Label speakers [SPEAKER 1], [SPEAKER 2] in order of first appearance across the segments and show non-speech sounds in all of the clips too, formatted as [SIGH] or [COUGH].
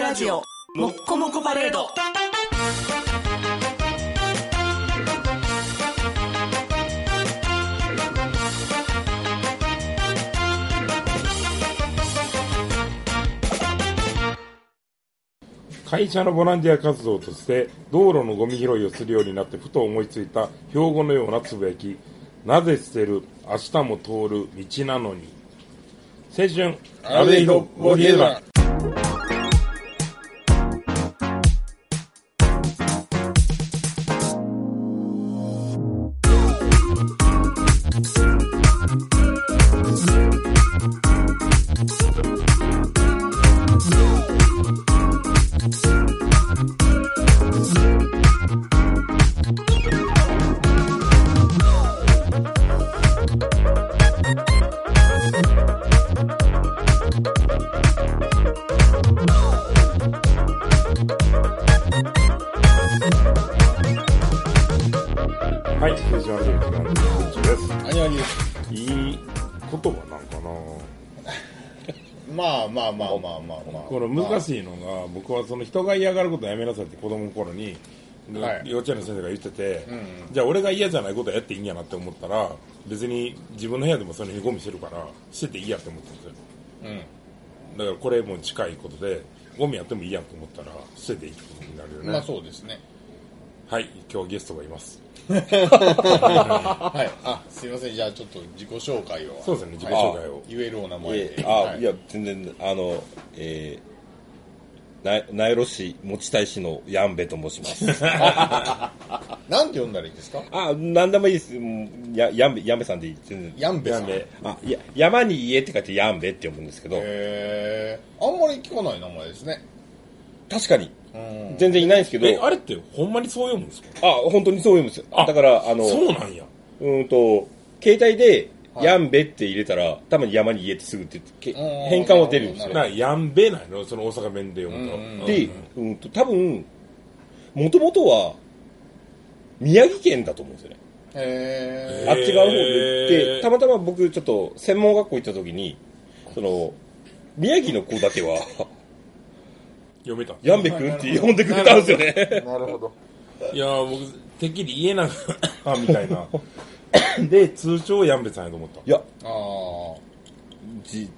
[SPEAKER 1] ラジオもっこもこパレード
[SPEAKER 2] 会社のボランティア活動として道路のゴミ拾いをするようになってふと思いついた標語のようなつぶやきなぜ捨てる明日も通る道なのに青春
[SPEAKER 3] アベイドボリエダ
[SPEAKER 2] はい青春アベイドボリエダです
[SPEAKER 3] アニアニです
[SPEAKER 2] いい言葉なんかな
[SPEAKER 3] まあまあまあまあまあまあ
[SPEAKER 2] この難しいのが僕はその人が嫌がることはやめなさいって子供の頃に、
[SPEAKER 3] はい
[SPEAKER 2] 幼稚園の先生が言ってて、じゃあ俺が嫌じゃないことはやっていいんやなって思ったら別に自分の部屋でもその日ゴミしてるからしてていいやって思ったんですよ
[SPEAKER 3] うん
[SPEAKER 2] だからこれも近いことでゴミやってもいいやんと思ったら捨てていいってことになるよね、
[SPEAKER 3] まあそうですね
[SPEAKER 2] はい今日ゲストがいます
[SPEAKER 3] はいあすいませんじゃあちょっと自己紹介を
[SPEAKER 2] そうですね自己紹介を
[SPEAKER 3] 言えるお名前
[SPEAKER 4] え
[SPEAKER 3] で
[SPEAKER 4] あ、、
[SPEAKER 3] はい
[SPEAKER 4] や全然あのえー、な苗路市持田市のやんべと申します
[SPEAKER 3] [LAUGHS] なんて呼んだらいいですか
[SPEAKER 4] あなんでもいいですうんややんべやんべさんでいい全然
[SPEAKER 3] ヤンベ
[SPEAKER 2] な
[SPEAKER 3] さ
[SPEAKER 2] ん
[SPEAKER 3] ん
[SPEAKER 2] で
[SPEAKER 3] へ
[SPEAKER 4] あいや山に家って書いてやんべって読むんですけど
[SPEAKER 3] えあんまり聞かない名前ですね
[SPEAKER 4] 確かに
[SPEAKER 3] うん
[SPEAKER 4] 全然いないんですけ
[SPEAKER 2] え
[SPEAKER 4] ど
[SPEAKER 2] あ
[SPEAKER 4] あ
[SPEAKER 2] れってほんまにそう読むんですか
[SPEAKER 4] 本当にそう読むんですよ
[SPEAKER 2] あ
[SPEAKER 4] だからあの
[SPEAKER 2] そうなんや
[SPEAKER 4] うーんと携帯で
[SPEAKER 3] はい
[SPEAKER 4] やんべって入れたら多分山に家ってすぐってけ
[SPEAKER 3] ん
[SPEAKER 4] 変換は出るんですよ
[SPEAKER 3] な
[SPEAKER 2] なやんべないのその大阪弁で読むと、
[SPEAKER 3] うん
[SPEAKER 4] で、うんと多分もともとは宮城県だと思うんですよね
[SPEAKER 3] へ
[SPEAKER 4] あっち側の方で行っ
[SPEAKER 2] へー
[SPEAKER 4] て、たまたま僕、ちょっと専門学校行った時に、その、宮城の子だ
[SPEAKER 2] [LAUGHS]
[SPEAKER 4] けは、
[SPEAKER 2] 読めた
[SPEAKER 4] ヤンベ君って呼んでくれたんですよね。
[SPEAKER 3] えなるほど
[SPEAKER 2] いやー僕てっきり家なんかあみたいな [LAUGHS] で通称やんべさんやと思った
[SPEAKER 4] いや、
[SPEAKER 3] あ
[SPEAKER 4] じ、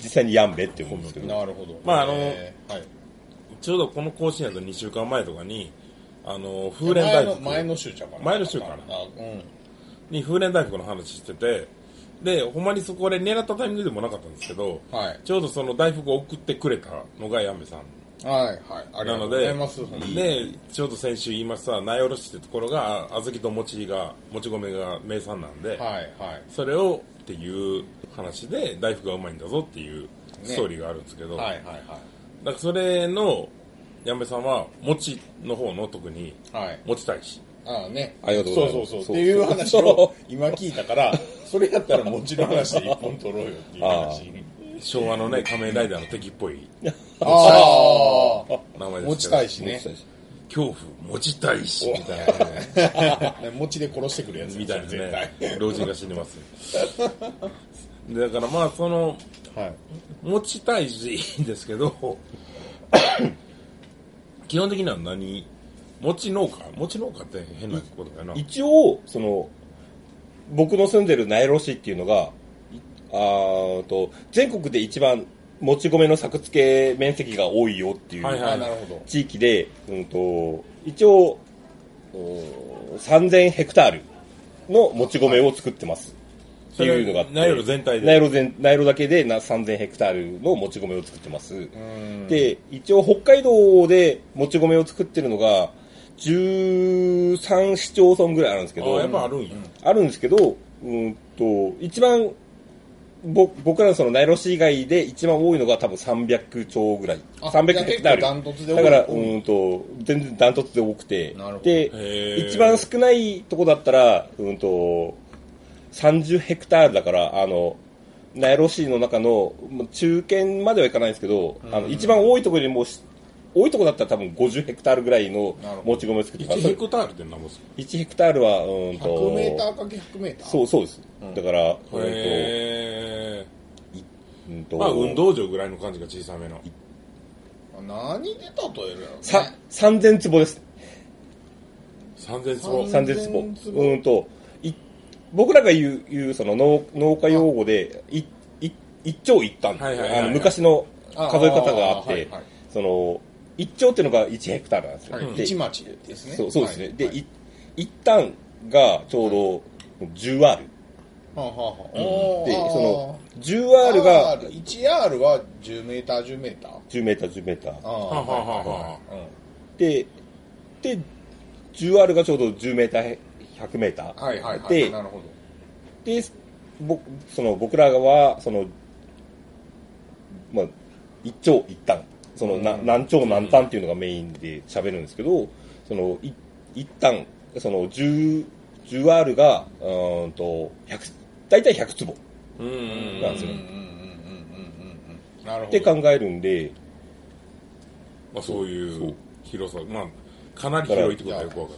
[SPEAKER 4] 実際にヤンベって呼ぶんですけ
[SPEAKER 3] あ
[SPEAKER 4] ど、
[SPEAKER 3] なるほど
[SPEAKER 2] まああの
[SPEAKER 3] へーはい
[SPEAKER 2] ちょうどこの更新やと2週間前とかにあの風蓮
[SPEAKER 3] 前
[SPEAKER 2] 大
[SPEAKER 3] の
[SPEAKER 2] 福
[SPEAKER 3] 前の週ちゃうかな
[SPEAKER 2] 前の週かな
[SPEAKER 3] あうん
[SPEAKER 2] に風蓮大福の話しててでほんまにそこで狙ったタイミングでもなかったんですけど、
[SPEAKER 3] はい
[SPEAKER 2] ちょうどその大福を送ってくれたのがやんべさん
[SPEAKER 3] はいはいあり
[SPEAKER 2] な
[SPEAKER 3] がと
[SPEAKER 2] の
[SPEAKER 3] うござ
[SPEAKER 2] で
[SPEAKER 3] います本当に
[SPEAKER 2] でちょうど先週言いました名寄市ってところがあ小豆と餅がもち米が名産なんで、
[SPEAKER 3] はいはい
[SPEAKER 2] それをっていう話で大福がうまいんだぞっていうストーリーがあるんですけど、
[SPEAKER 3] はいはいは
[SPEAKER 2] だからそれのやんべさんは餅の方の特に
[SPEAKER 3] いはい
[SPEAKER 2] 餅大使
[SPEAKER 3] ああね
[SPEAKER 4] ありがとうございます
[SPEAKER 3] そうそうそ
[SPEAKER 4] そうう
[SPEAKER 3] っていう話を今聞いたからそれやったらもちろん話で一本取ろうよっていう話
[SPEAKER 2] 昭和の
[SPEAKER 3] [LAUGHS]
[SPEAKER 2] ね仮面ライダーの敵っぽい
[SPEAKER 3] ああ
[SPEAKER 2] 名前ですけど
[SPEAKER 3] 持ちたいしね
[SPEAKER 2] 恐怖餅大使みたいな感じで
[SPEAKER 3] [LAUGHS] 持ちで殺してくるやつ
[SPEAKER 2] みたいな
[SPEAKER 3] 絶対
[SPEAKER 2] ね老人が死にますでだからまあその
[SPEAKER 3] はい
[SPEAKER 2] 持ちたいしですけど基本的には何餅農家餅農家って変なことだよな
[SPEAKER 4] 一応、その、僕の住んでる苗路市っていうのが、いあーと、全国で一番、もち米の作付け面積が多いよっていう、
[SPEAKER 2] はい
[SPEAKER 3] ああなるほど
[SPEAKER 4] 地域で、うん、と一応お3000ヘクタールのもち米を作ってますっていうのがあって
[SPEAKER 2] それはナイロ全体で
[SPEAKER 4] ナイロ全ナイロだけでな3000ヘクタールのもち米を作ってます
[SPEAKER 3] うん
[SPEAKER 4] で一応北海道でもち米を作ってるのが13市町村ぐらいあるんですけ
[SPEAKER 2] あ
[SPEAKER 4] ど
[SPEAKER 2] やっぱあるんや、
[SPEAKER 4] あるんですけど、うんと、一番、ぼ僕らのそのナイロ市以外で一番多いのが多分300兆ぐらい。
[SPEAKER 3] あ
[SPEAKER 4] 300ヘクタール。
[SPEAKER 3] じゃあ結構ダントツで多い
[SPEAKER 4] だから、
[SPEAKER 3] う
[SPEAKER 4] うんんと、全然ダントツで多くて
[SPEAKER 3] なるほど。
[SPEAKER 2] へー
[SPEAKER 4] で、一番少ないとこだったら、うんと、30ヘクタールだから、あの、ナイロ市の中のまあ中堅まではいかないんですけど、あの一番多いところよりもし、多いとこだったら多分50ヘクタールぐらいの
[SPEAKER 3] なるほど
[SPEAKER 4] もち米を作ってま
[SPEAKER 2] 1
[SPEAKER 4] す。
[SPEAKER 2] ヘクタールって何ぼすか
[SPEAKER 4] 1ヘクタールは、うんと、
[SPEAKER 3] 100メーターかけ100メーター
[SPEAKER 4] そうそうです、だから、え
[SPEAKER 2] へえ
[SPEAKER 4] ーとうんと
[SPEAKER 2] まあ運動場ぐらいの感じが小さめの
[SPEAKER 3] う何で例えるの、ね、
[SPEAKER 4] さ、3000坪です。
[SPEAKER 2] 3000坪。
[SPEAKER 4] 三千坪。うんと、い僕らが言う、言うその農農家用語で、いい一丁一単って
[SPEAKER 2] はいいはいはい
[SPEAKER 4] うあ
[SPEAKER 2] はい
[SPEAKER 4] の昔の数え方があっ
[SPEAKER 3] あーはい
[SPEAKER 4] て
[SPEAKER 3] はい、
[SPEAKER 4] その、一丁っていうのが1ヘクタールなんですよ。
[SPEAKER 3] はい
[SPEAKER 4] で
[SPEAKER 3] 一町ですね
[SPEAKER 4] そうそうですね。
[SPEAKER 3] はい
[SPEAKER 4] で、
[SPEAKER 3] はい
[SPEAKER 4] い一単がちょうど10 R。
[SPEAKER 3] はあはあはあ
[SPEAKER 4] で、
[SPEAKER 3] おー
[SPEAKER 4] その、
[SPEAKER 3] あー
[SPEAKER 4] 10R が
[SPEAKER 3] R 1R は10メーター10メーター
[SPEAKER 4] 10メーター、10メーター。
[SPEAKER 2] はあ
[SPEAKER 3] ああ
[SPEAKER 2] はあはあは
[SPEAKER 3] はいうん
[SPEAKER 4] で、で、10R がちょうど10メーター、100メーター。
[SPEAKER 3] はいはいはい
[SPEAKER 4] で
[SPEAKER 3] なるほ
[SPEAKER 4] で、僕、その僕らは、その、まあ、一長一短。その、な何長何短っていうのがメインで喋るんですけど、その、い一短、その、10、10R が、うーんと、100、大体100坪
[SPEAKER 2] うんうんうん
[SPEAKER 4] なんですよ
[SPEAKER 3] どう
[SPEAKER 4] ね。
[SPEAKER 3] んうんうんうんうんうんなる
[SPEAKER 4] っ
[SPEAKER 3] ほ
[SPEAKER 4] て考
[SPEAKER 3] ど
[SPEAKER 4] えるんで、
[SPEAKER 2] まあそう
[SPEAKER 4] そ
[SPEAKER 2] いうう広さ、まあかなり広いってことはよくわかっ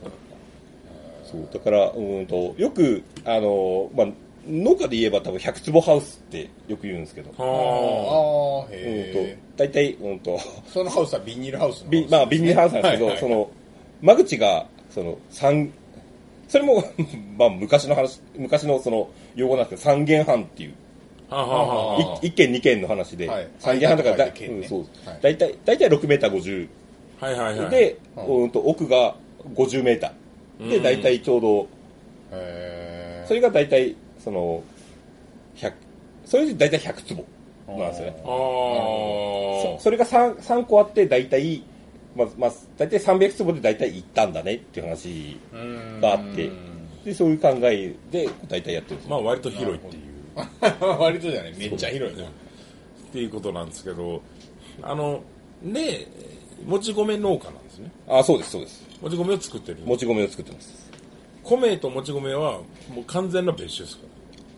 [SPEAKER 2] た。
[SPEAKER 4] そう、だから、うーんと、よく、あの、まあ、農家で言えば多分100坪ハウスってよく言うんですけど、
[SPEAKER 2] はあ。
[SPEAKER 3] ああ
[SPEAKER 4] うん
[SPEAKER 3] へ
[SPEAKER 4] と
[SPEAKER 3] え、
[SPEAKER 4] 大体、う
[SPEAKER 3] [LAUGHS]
[SPEAKER 4] んと、
[SPEAKER 3] そのハウスはビニールハウスの
[SPEAKER 4] ビまあ、ビニールハウスなんですけど、
[SPEAKER 3] はいはい
[SPEAKER 4] その、間口が、その、三、それも、 [LAUGHS] まあ、昔の話、昔のその、用語なんですけど、三軒半っていう、
[SPEAKER 2] はあはあはあ。
[SPEAKER 3] あー
[SPEAKER 4] い一軒二軒の話で、
[SPEAKER 3] はい
[SPEAKER 4] 三軒半だから、だ
[SPEAKER 3] はい
[SPEAKER 4] うんそう
[SPEAKER 3] はい
[SPEAKER 4] 大体、大体6メーター50。
[SPEAKER 2] はいはいはい。
[SPEAKER 4] で、
[SPEAKER 3] はいう
[SPEAKER 4] ーんと、奥が50メーター。で、
[SPEAKER 2] うん
[SPEAKER 4] 大体ちょうど、
[SPEAKER 3] へ
[SPEAKER 4] それが大体、その、100、それで大体100坪なんですよね。
[SPEAKER 2] ああ
[SPEAKER 4] そ。それが 3, 三個あって大体、まあまあ、大体300坪で大体行ったんだねっていう話
[SPEAKER 3] えうん
[SPEAKER 4] があってでそういう考えで大体やってるんですよ
[SPEAKER 2] まあ割と広いっていう。
[SPEAKER 3] [LAUGHS] 割とじゃないめっちゃ広いな
[SPEAKER 2] っていうことなんですけど、あの、で、もち米農家なんですね。
[SPEAKER 4] あそうですそうです
[SPEAKER 2] もち米を作ってる。
[SPEAKER 4] もち米を作ってます
[SPEAKER 2] 米ともち米はもう完全な別種ですか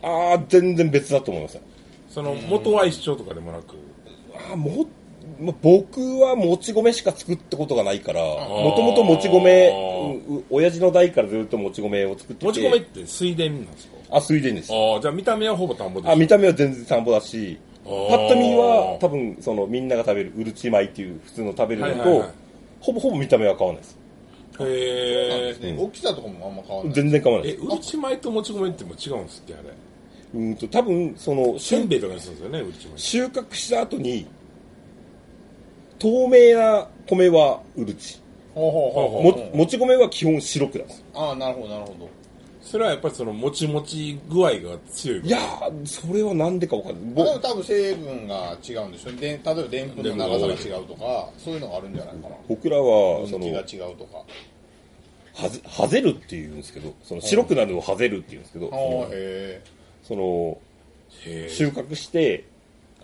[SPEAKER 2] ら。
[SPEAKER 4] ああ全然別だと思います
[SPEAKER 2] その元は一緒とかでもなく。
[SPEAKER 4] あーもまあ僕はもち米しか作ったことがないからもともともち米うう親父の代からずっともち米を作ってて
[SPEAKER 2] もち米って水田なんですか
[SPEAKER 4] あ水田です
[SPEAKER 2] ああ、じゃあ見た目はほぼ田んぼです。
[SPEAKER 4] あ見た目は全然田んぼだし
[SPEAKER 2] あ
[SPEAKER 4] パ
[SPEAKER 2] ー
[SPEAKER 4] ッと見は多分そのみんなが食べるうるち米っていう普通の食べるのと、
[SPEAKER 2] はいはいはい
[SPEAKER 4] ほぼほぼ見た目は変わらないです
[SPEAKER 3] そうなん
[SPEAKER 2] へ
[SPEAKER 3] で
[SPEAKER 2] え
[SPEAKER 3] す。ね大きさとかもあんま変わんない
[SPEAKER 4] 全然変わらな
[SPEAKER 2] え、
[SPEAKER 4] いです
[SPEAKER 2] うるち米ともち米っても違うんですって、あれ。
[SPEAKER 4] うーんと多分その
[SPEAKER 2] せん
[SPEAKER 4] 収
[SPEAKER 2] べいとかにするんですよね、うるち米。
[SPEAKER 4] 収穫した後に透明な米はうるち
[SPEAKER 3] ほうほうほうほう
[SPEAKER 4] ももち米は基本白くなんです
[SPEAKER 3] ああなるほどなるほど
[SPEAKER 2] それはやっぱりその、もちもち具合が強い。
[SPEAKER 4] いやーそれはなんでかわかんない
[SPEAKER 3] でも
[SPEAKER 4] ぼ
[SPEAKER 3] 多分成分が違うんでしょで例えばでんぷんの長さが違うとかそういうのがあるんじゃないかな
[SPEAKER 4] 僕らはそ
[SPEAKER 3] 分
[SPEAKER 4] の
[SPEAKER 3] 岐が違うとか
[SPEAKER 4] はぜはぜるっていうんですけどその白くなるのをはぜるっていうんですけど
[SPEAKER 3] ああへ
[SPEAKER 4] その
[SPEAKER 2] へえ。
[SPEAKER 4] 収穫して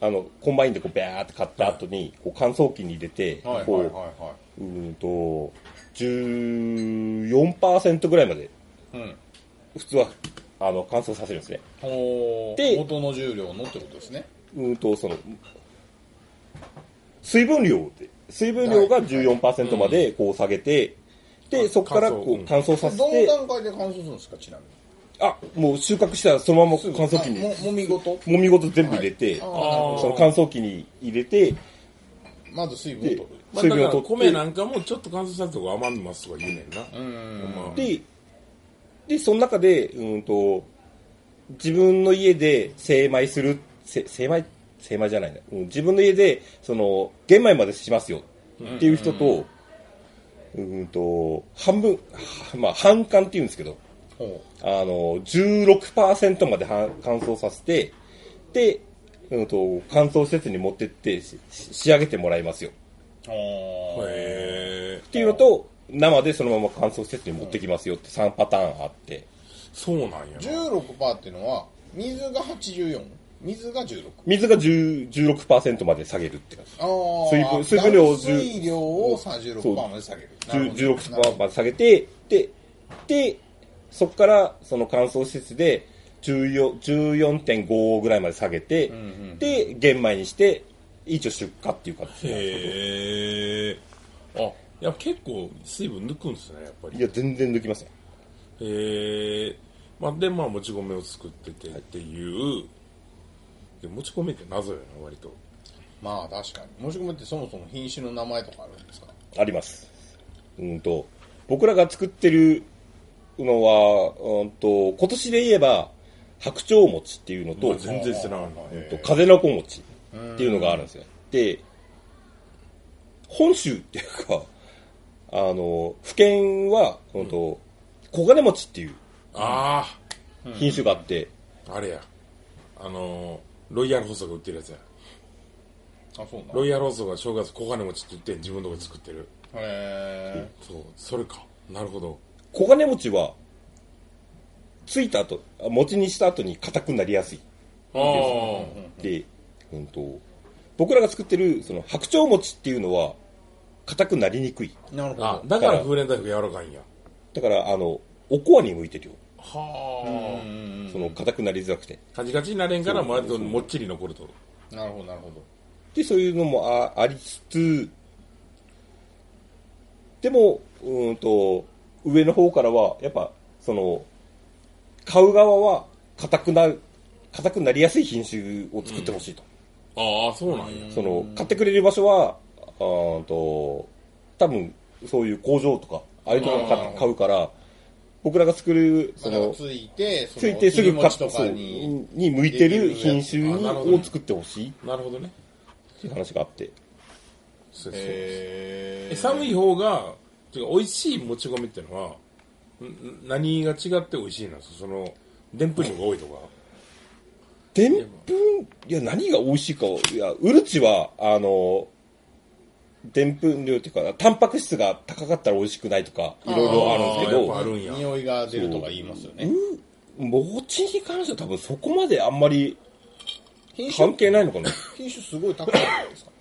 [SPEAKER 4] あのコンバインでこうビャーって買った後にこう乾燥機に入れて
[SPEAKER 3] えはいはいはい
[SPEAKER 4] こ
[SPEAKER 3] は
[SPEAKER 4] ううーんと14%ぐらいまで
[SPEAKER 3] いうん
[SPEAKER 4] 普通はあの乾燥させるんですね
[SPEAKER 3] ほう
[SPEAKER 4] で
[SPEAKER 3] 元の重量のってことですね
[SPEAKER 4] うーんとその水分量って水分量が14%までこう下げてでそこからこ
[SPEAKER 2] 乾燥う
[SPEAKER 3] ど
[SPEAKER 4] うん乾燥させ
[SPEAKER 3] の
[SPEAKER 4] て
[SPEAKER 3] 段階で乾燥するんですかちなみに
[SPEAKER 4] あもう収穫したらそのまま乾燥機に
[SPEAKER 3] あももみごと
[SPEAKER 4] もみごと全部入れて
[SPEAKER 3] あ
[SPEAKER 4] そ
[SPEAKER 3] ー
[SPEAKER 4] の乾燥機に入れて
[SPEAKER 3] まず水分を
[SPEAKER 4] で
[SPEAKER 3] 取る
[SPEAKER 2] まあ、だ
[SPEAKER 4] 水
[SPEAKER 2] か
[SPEAKER 4] 分
[SPEAKER 2] ら
[SPEAKER 4] を取って
[SPEAKER 2] 米なんかもちょっと乾燥したとこ甘みますとか言うねんな。まあ
[SPEAKER 4] で、で、その中で、うんと、自分の家で精米する、せ精米、精米じゃないね。うん自分の家で、その、玄米までしますよっていう人と、うんと、半分、はまあ、半缶って言うんですけど、
[SPEAKER 3] ほ
[SPEAKER 4] あの、16%までは乾燥させて、で、うんと、乾燥施設に持ってってしし仕上げてもらいますよ。
[SPEAKER 3] うほう
[SPEAKER 2] へえ。
[SPEAKER 4] っていうのと、生でそのまま乾燥施設に持ってきますよって3パターンあって、
[SPEAKER 2] そうなんやな。
[SPEAKER 3] 16%っていうのは水が84水が16
[SPEAKER 4] 水が10 16%まで下げるって感じ。
[SPEAKER 3] あー
[SPEAKER 4] 水分水分量を
[SPEAKER 3] あ水量を36%まで下げるなるほど
[SPEAKER 4] 16%まで下げて、で、で、そこからその乾燥施設で14 14.5ぐらいまで下げて、で、玄米にして、一応出荷っていう形なんですけど
[SPEAKER 2] へえ。あ、いや、結構水分抜くんですね、やっぱり。
[SPEAKER 4] いや、全然抜きません。
[SPEAKER 2] へえ。まあ、で、まあ、もち米を作っててっていう。でもち米って謎やな、割と。
[SPEAKER 3] まあ確かに。もしくもってそもそも品種の名前とかあるんですか
[SPEAKER 4] あります。うんと、僕らが作ってるのは、うんと、今年で言えば、白鳥餅っていうのと、
[SPEAKER 2] 全然知らない。
[SPEAKER 4] えっと風の子餅っていうのがあるんですよ。で、本州っていうか、あの、府県は、本当黄金餅っていう
[SPEAKER 2] あ
[SPEAKER 4] 品種があって、
[SPEAKER 2] あ、あれや。あのー、ロイヤル細が売ってるやつや。
[SPEAKER 3] あ、そうな
[SPEAKER 2] ロ
[SPEAKER 3] の
[SPEAKER 2] イヤル細が正月小金持ちって言って自分のとこで作ってる。
[SPEAKER 3] へ
[SPEAKER 2] そう、それか。なるほど。
[SPEAKER 4] 黄金餅は、ついた後、あ餅にした後に硬くなりやすい。
[SPEAKER 2] ああ。
[SPEAKER 4] で、うんと、僕らが作ってる、その、白鳥餅っていうのは、硬くなりにくい。
[SPEAKER 3] え。なるほ
[SPEAKER 2] あ
[SPEAKER 3] ど、。
[SPEAKER 2] だから風蓮大福柔らかいんや。
[SPEAKER 4] だから、あの、おこわに向いてるよ。
[SPEAKER 2] は
[SPEAKER 3] うんうん
[SPEAKER 4] その、硬くなりづらくて。
[SPEAKER 2] あ。カチカチになれんから、割ともっちり残ると。
[SPEAKER 3] なるほど、なるほど。
[SPEAKER 4] で、そういうのもあありつつ、でも、うーんと、上の方からは、やっぱ、その、買う側は、硬くな、硬くなりやすい品種を作ってほしいと。
[SPEAKER 2] ああ、そうなんや。
[SPEAKER 4] その、買ってくれる場所は、あーんと、多分、そういう工場とか、ああいうところ
[SPEAKER 3] あ
[SPEAKER 4] が
[SPEAKER 3] ー
[SPEAKER 4] 買うから、僕らが作る、そ
[SPEAKER 3] その、
[SPEAKER 4] の、
[SPEAKER 3] ついて、そ
[SPEAKER 4] つ
[SPEAKER 3] の
[SPEAKER 4] いてすぐ
[SPEAKER 3] 切り
[SPEAKER 4] 買っ
[SPEAKER 3] 餅と
[SPEAKER 4] そ
[SPEAKER 3] か
[SPEAKER 4] う
[SPEAKER 3] に。
[SPEAKER 4] にに向いてる品種
[SPEAKER 2] あなるほど
[SPEAKER 4] に
[SPEAKER 2] ね
[SPEAKER 4] を作ってほしいっ
[SPEAKER 2] なるほどね。
[SPEAKER 4] ていう話があって。
[SPEAKER 2] そうそう
[SPEAKER 3] へ
[SPEAKER 2] え
[SPEAKER 3] え。
[SPEAKER 2] 寒い方が、てか美味しいもち米ってのは、ん何が違って美味しいのその、でんぷん量が多いとか。
[SPEAKER 4] でんぷん、いや、何が美味しいかを、いや、うるちは、あの、でんぷん量っていうか、タンパク質が高かったら美味しくないとか、いろいろあるんですけ
[SPEAKER 2] あーやっぱ
[SPEAKER 4] ど
[SPEAKER 2] あ、るんや
[SPEAKER 3] 匂いが出るとか言いますよね。
[SPEAKER 4] 餅に関しては多分そこまであんまり
[SPEAKER 3] 品種
[SPEAKER 4] 関係ないのかな。
[SPEAKER 3] 品種すごい高いじゃないですか。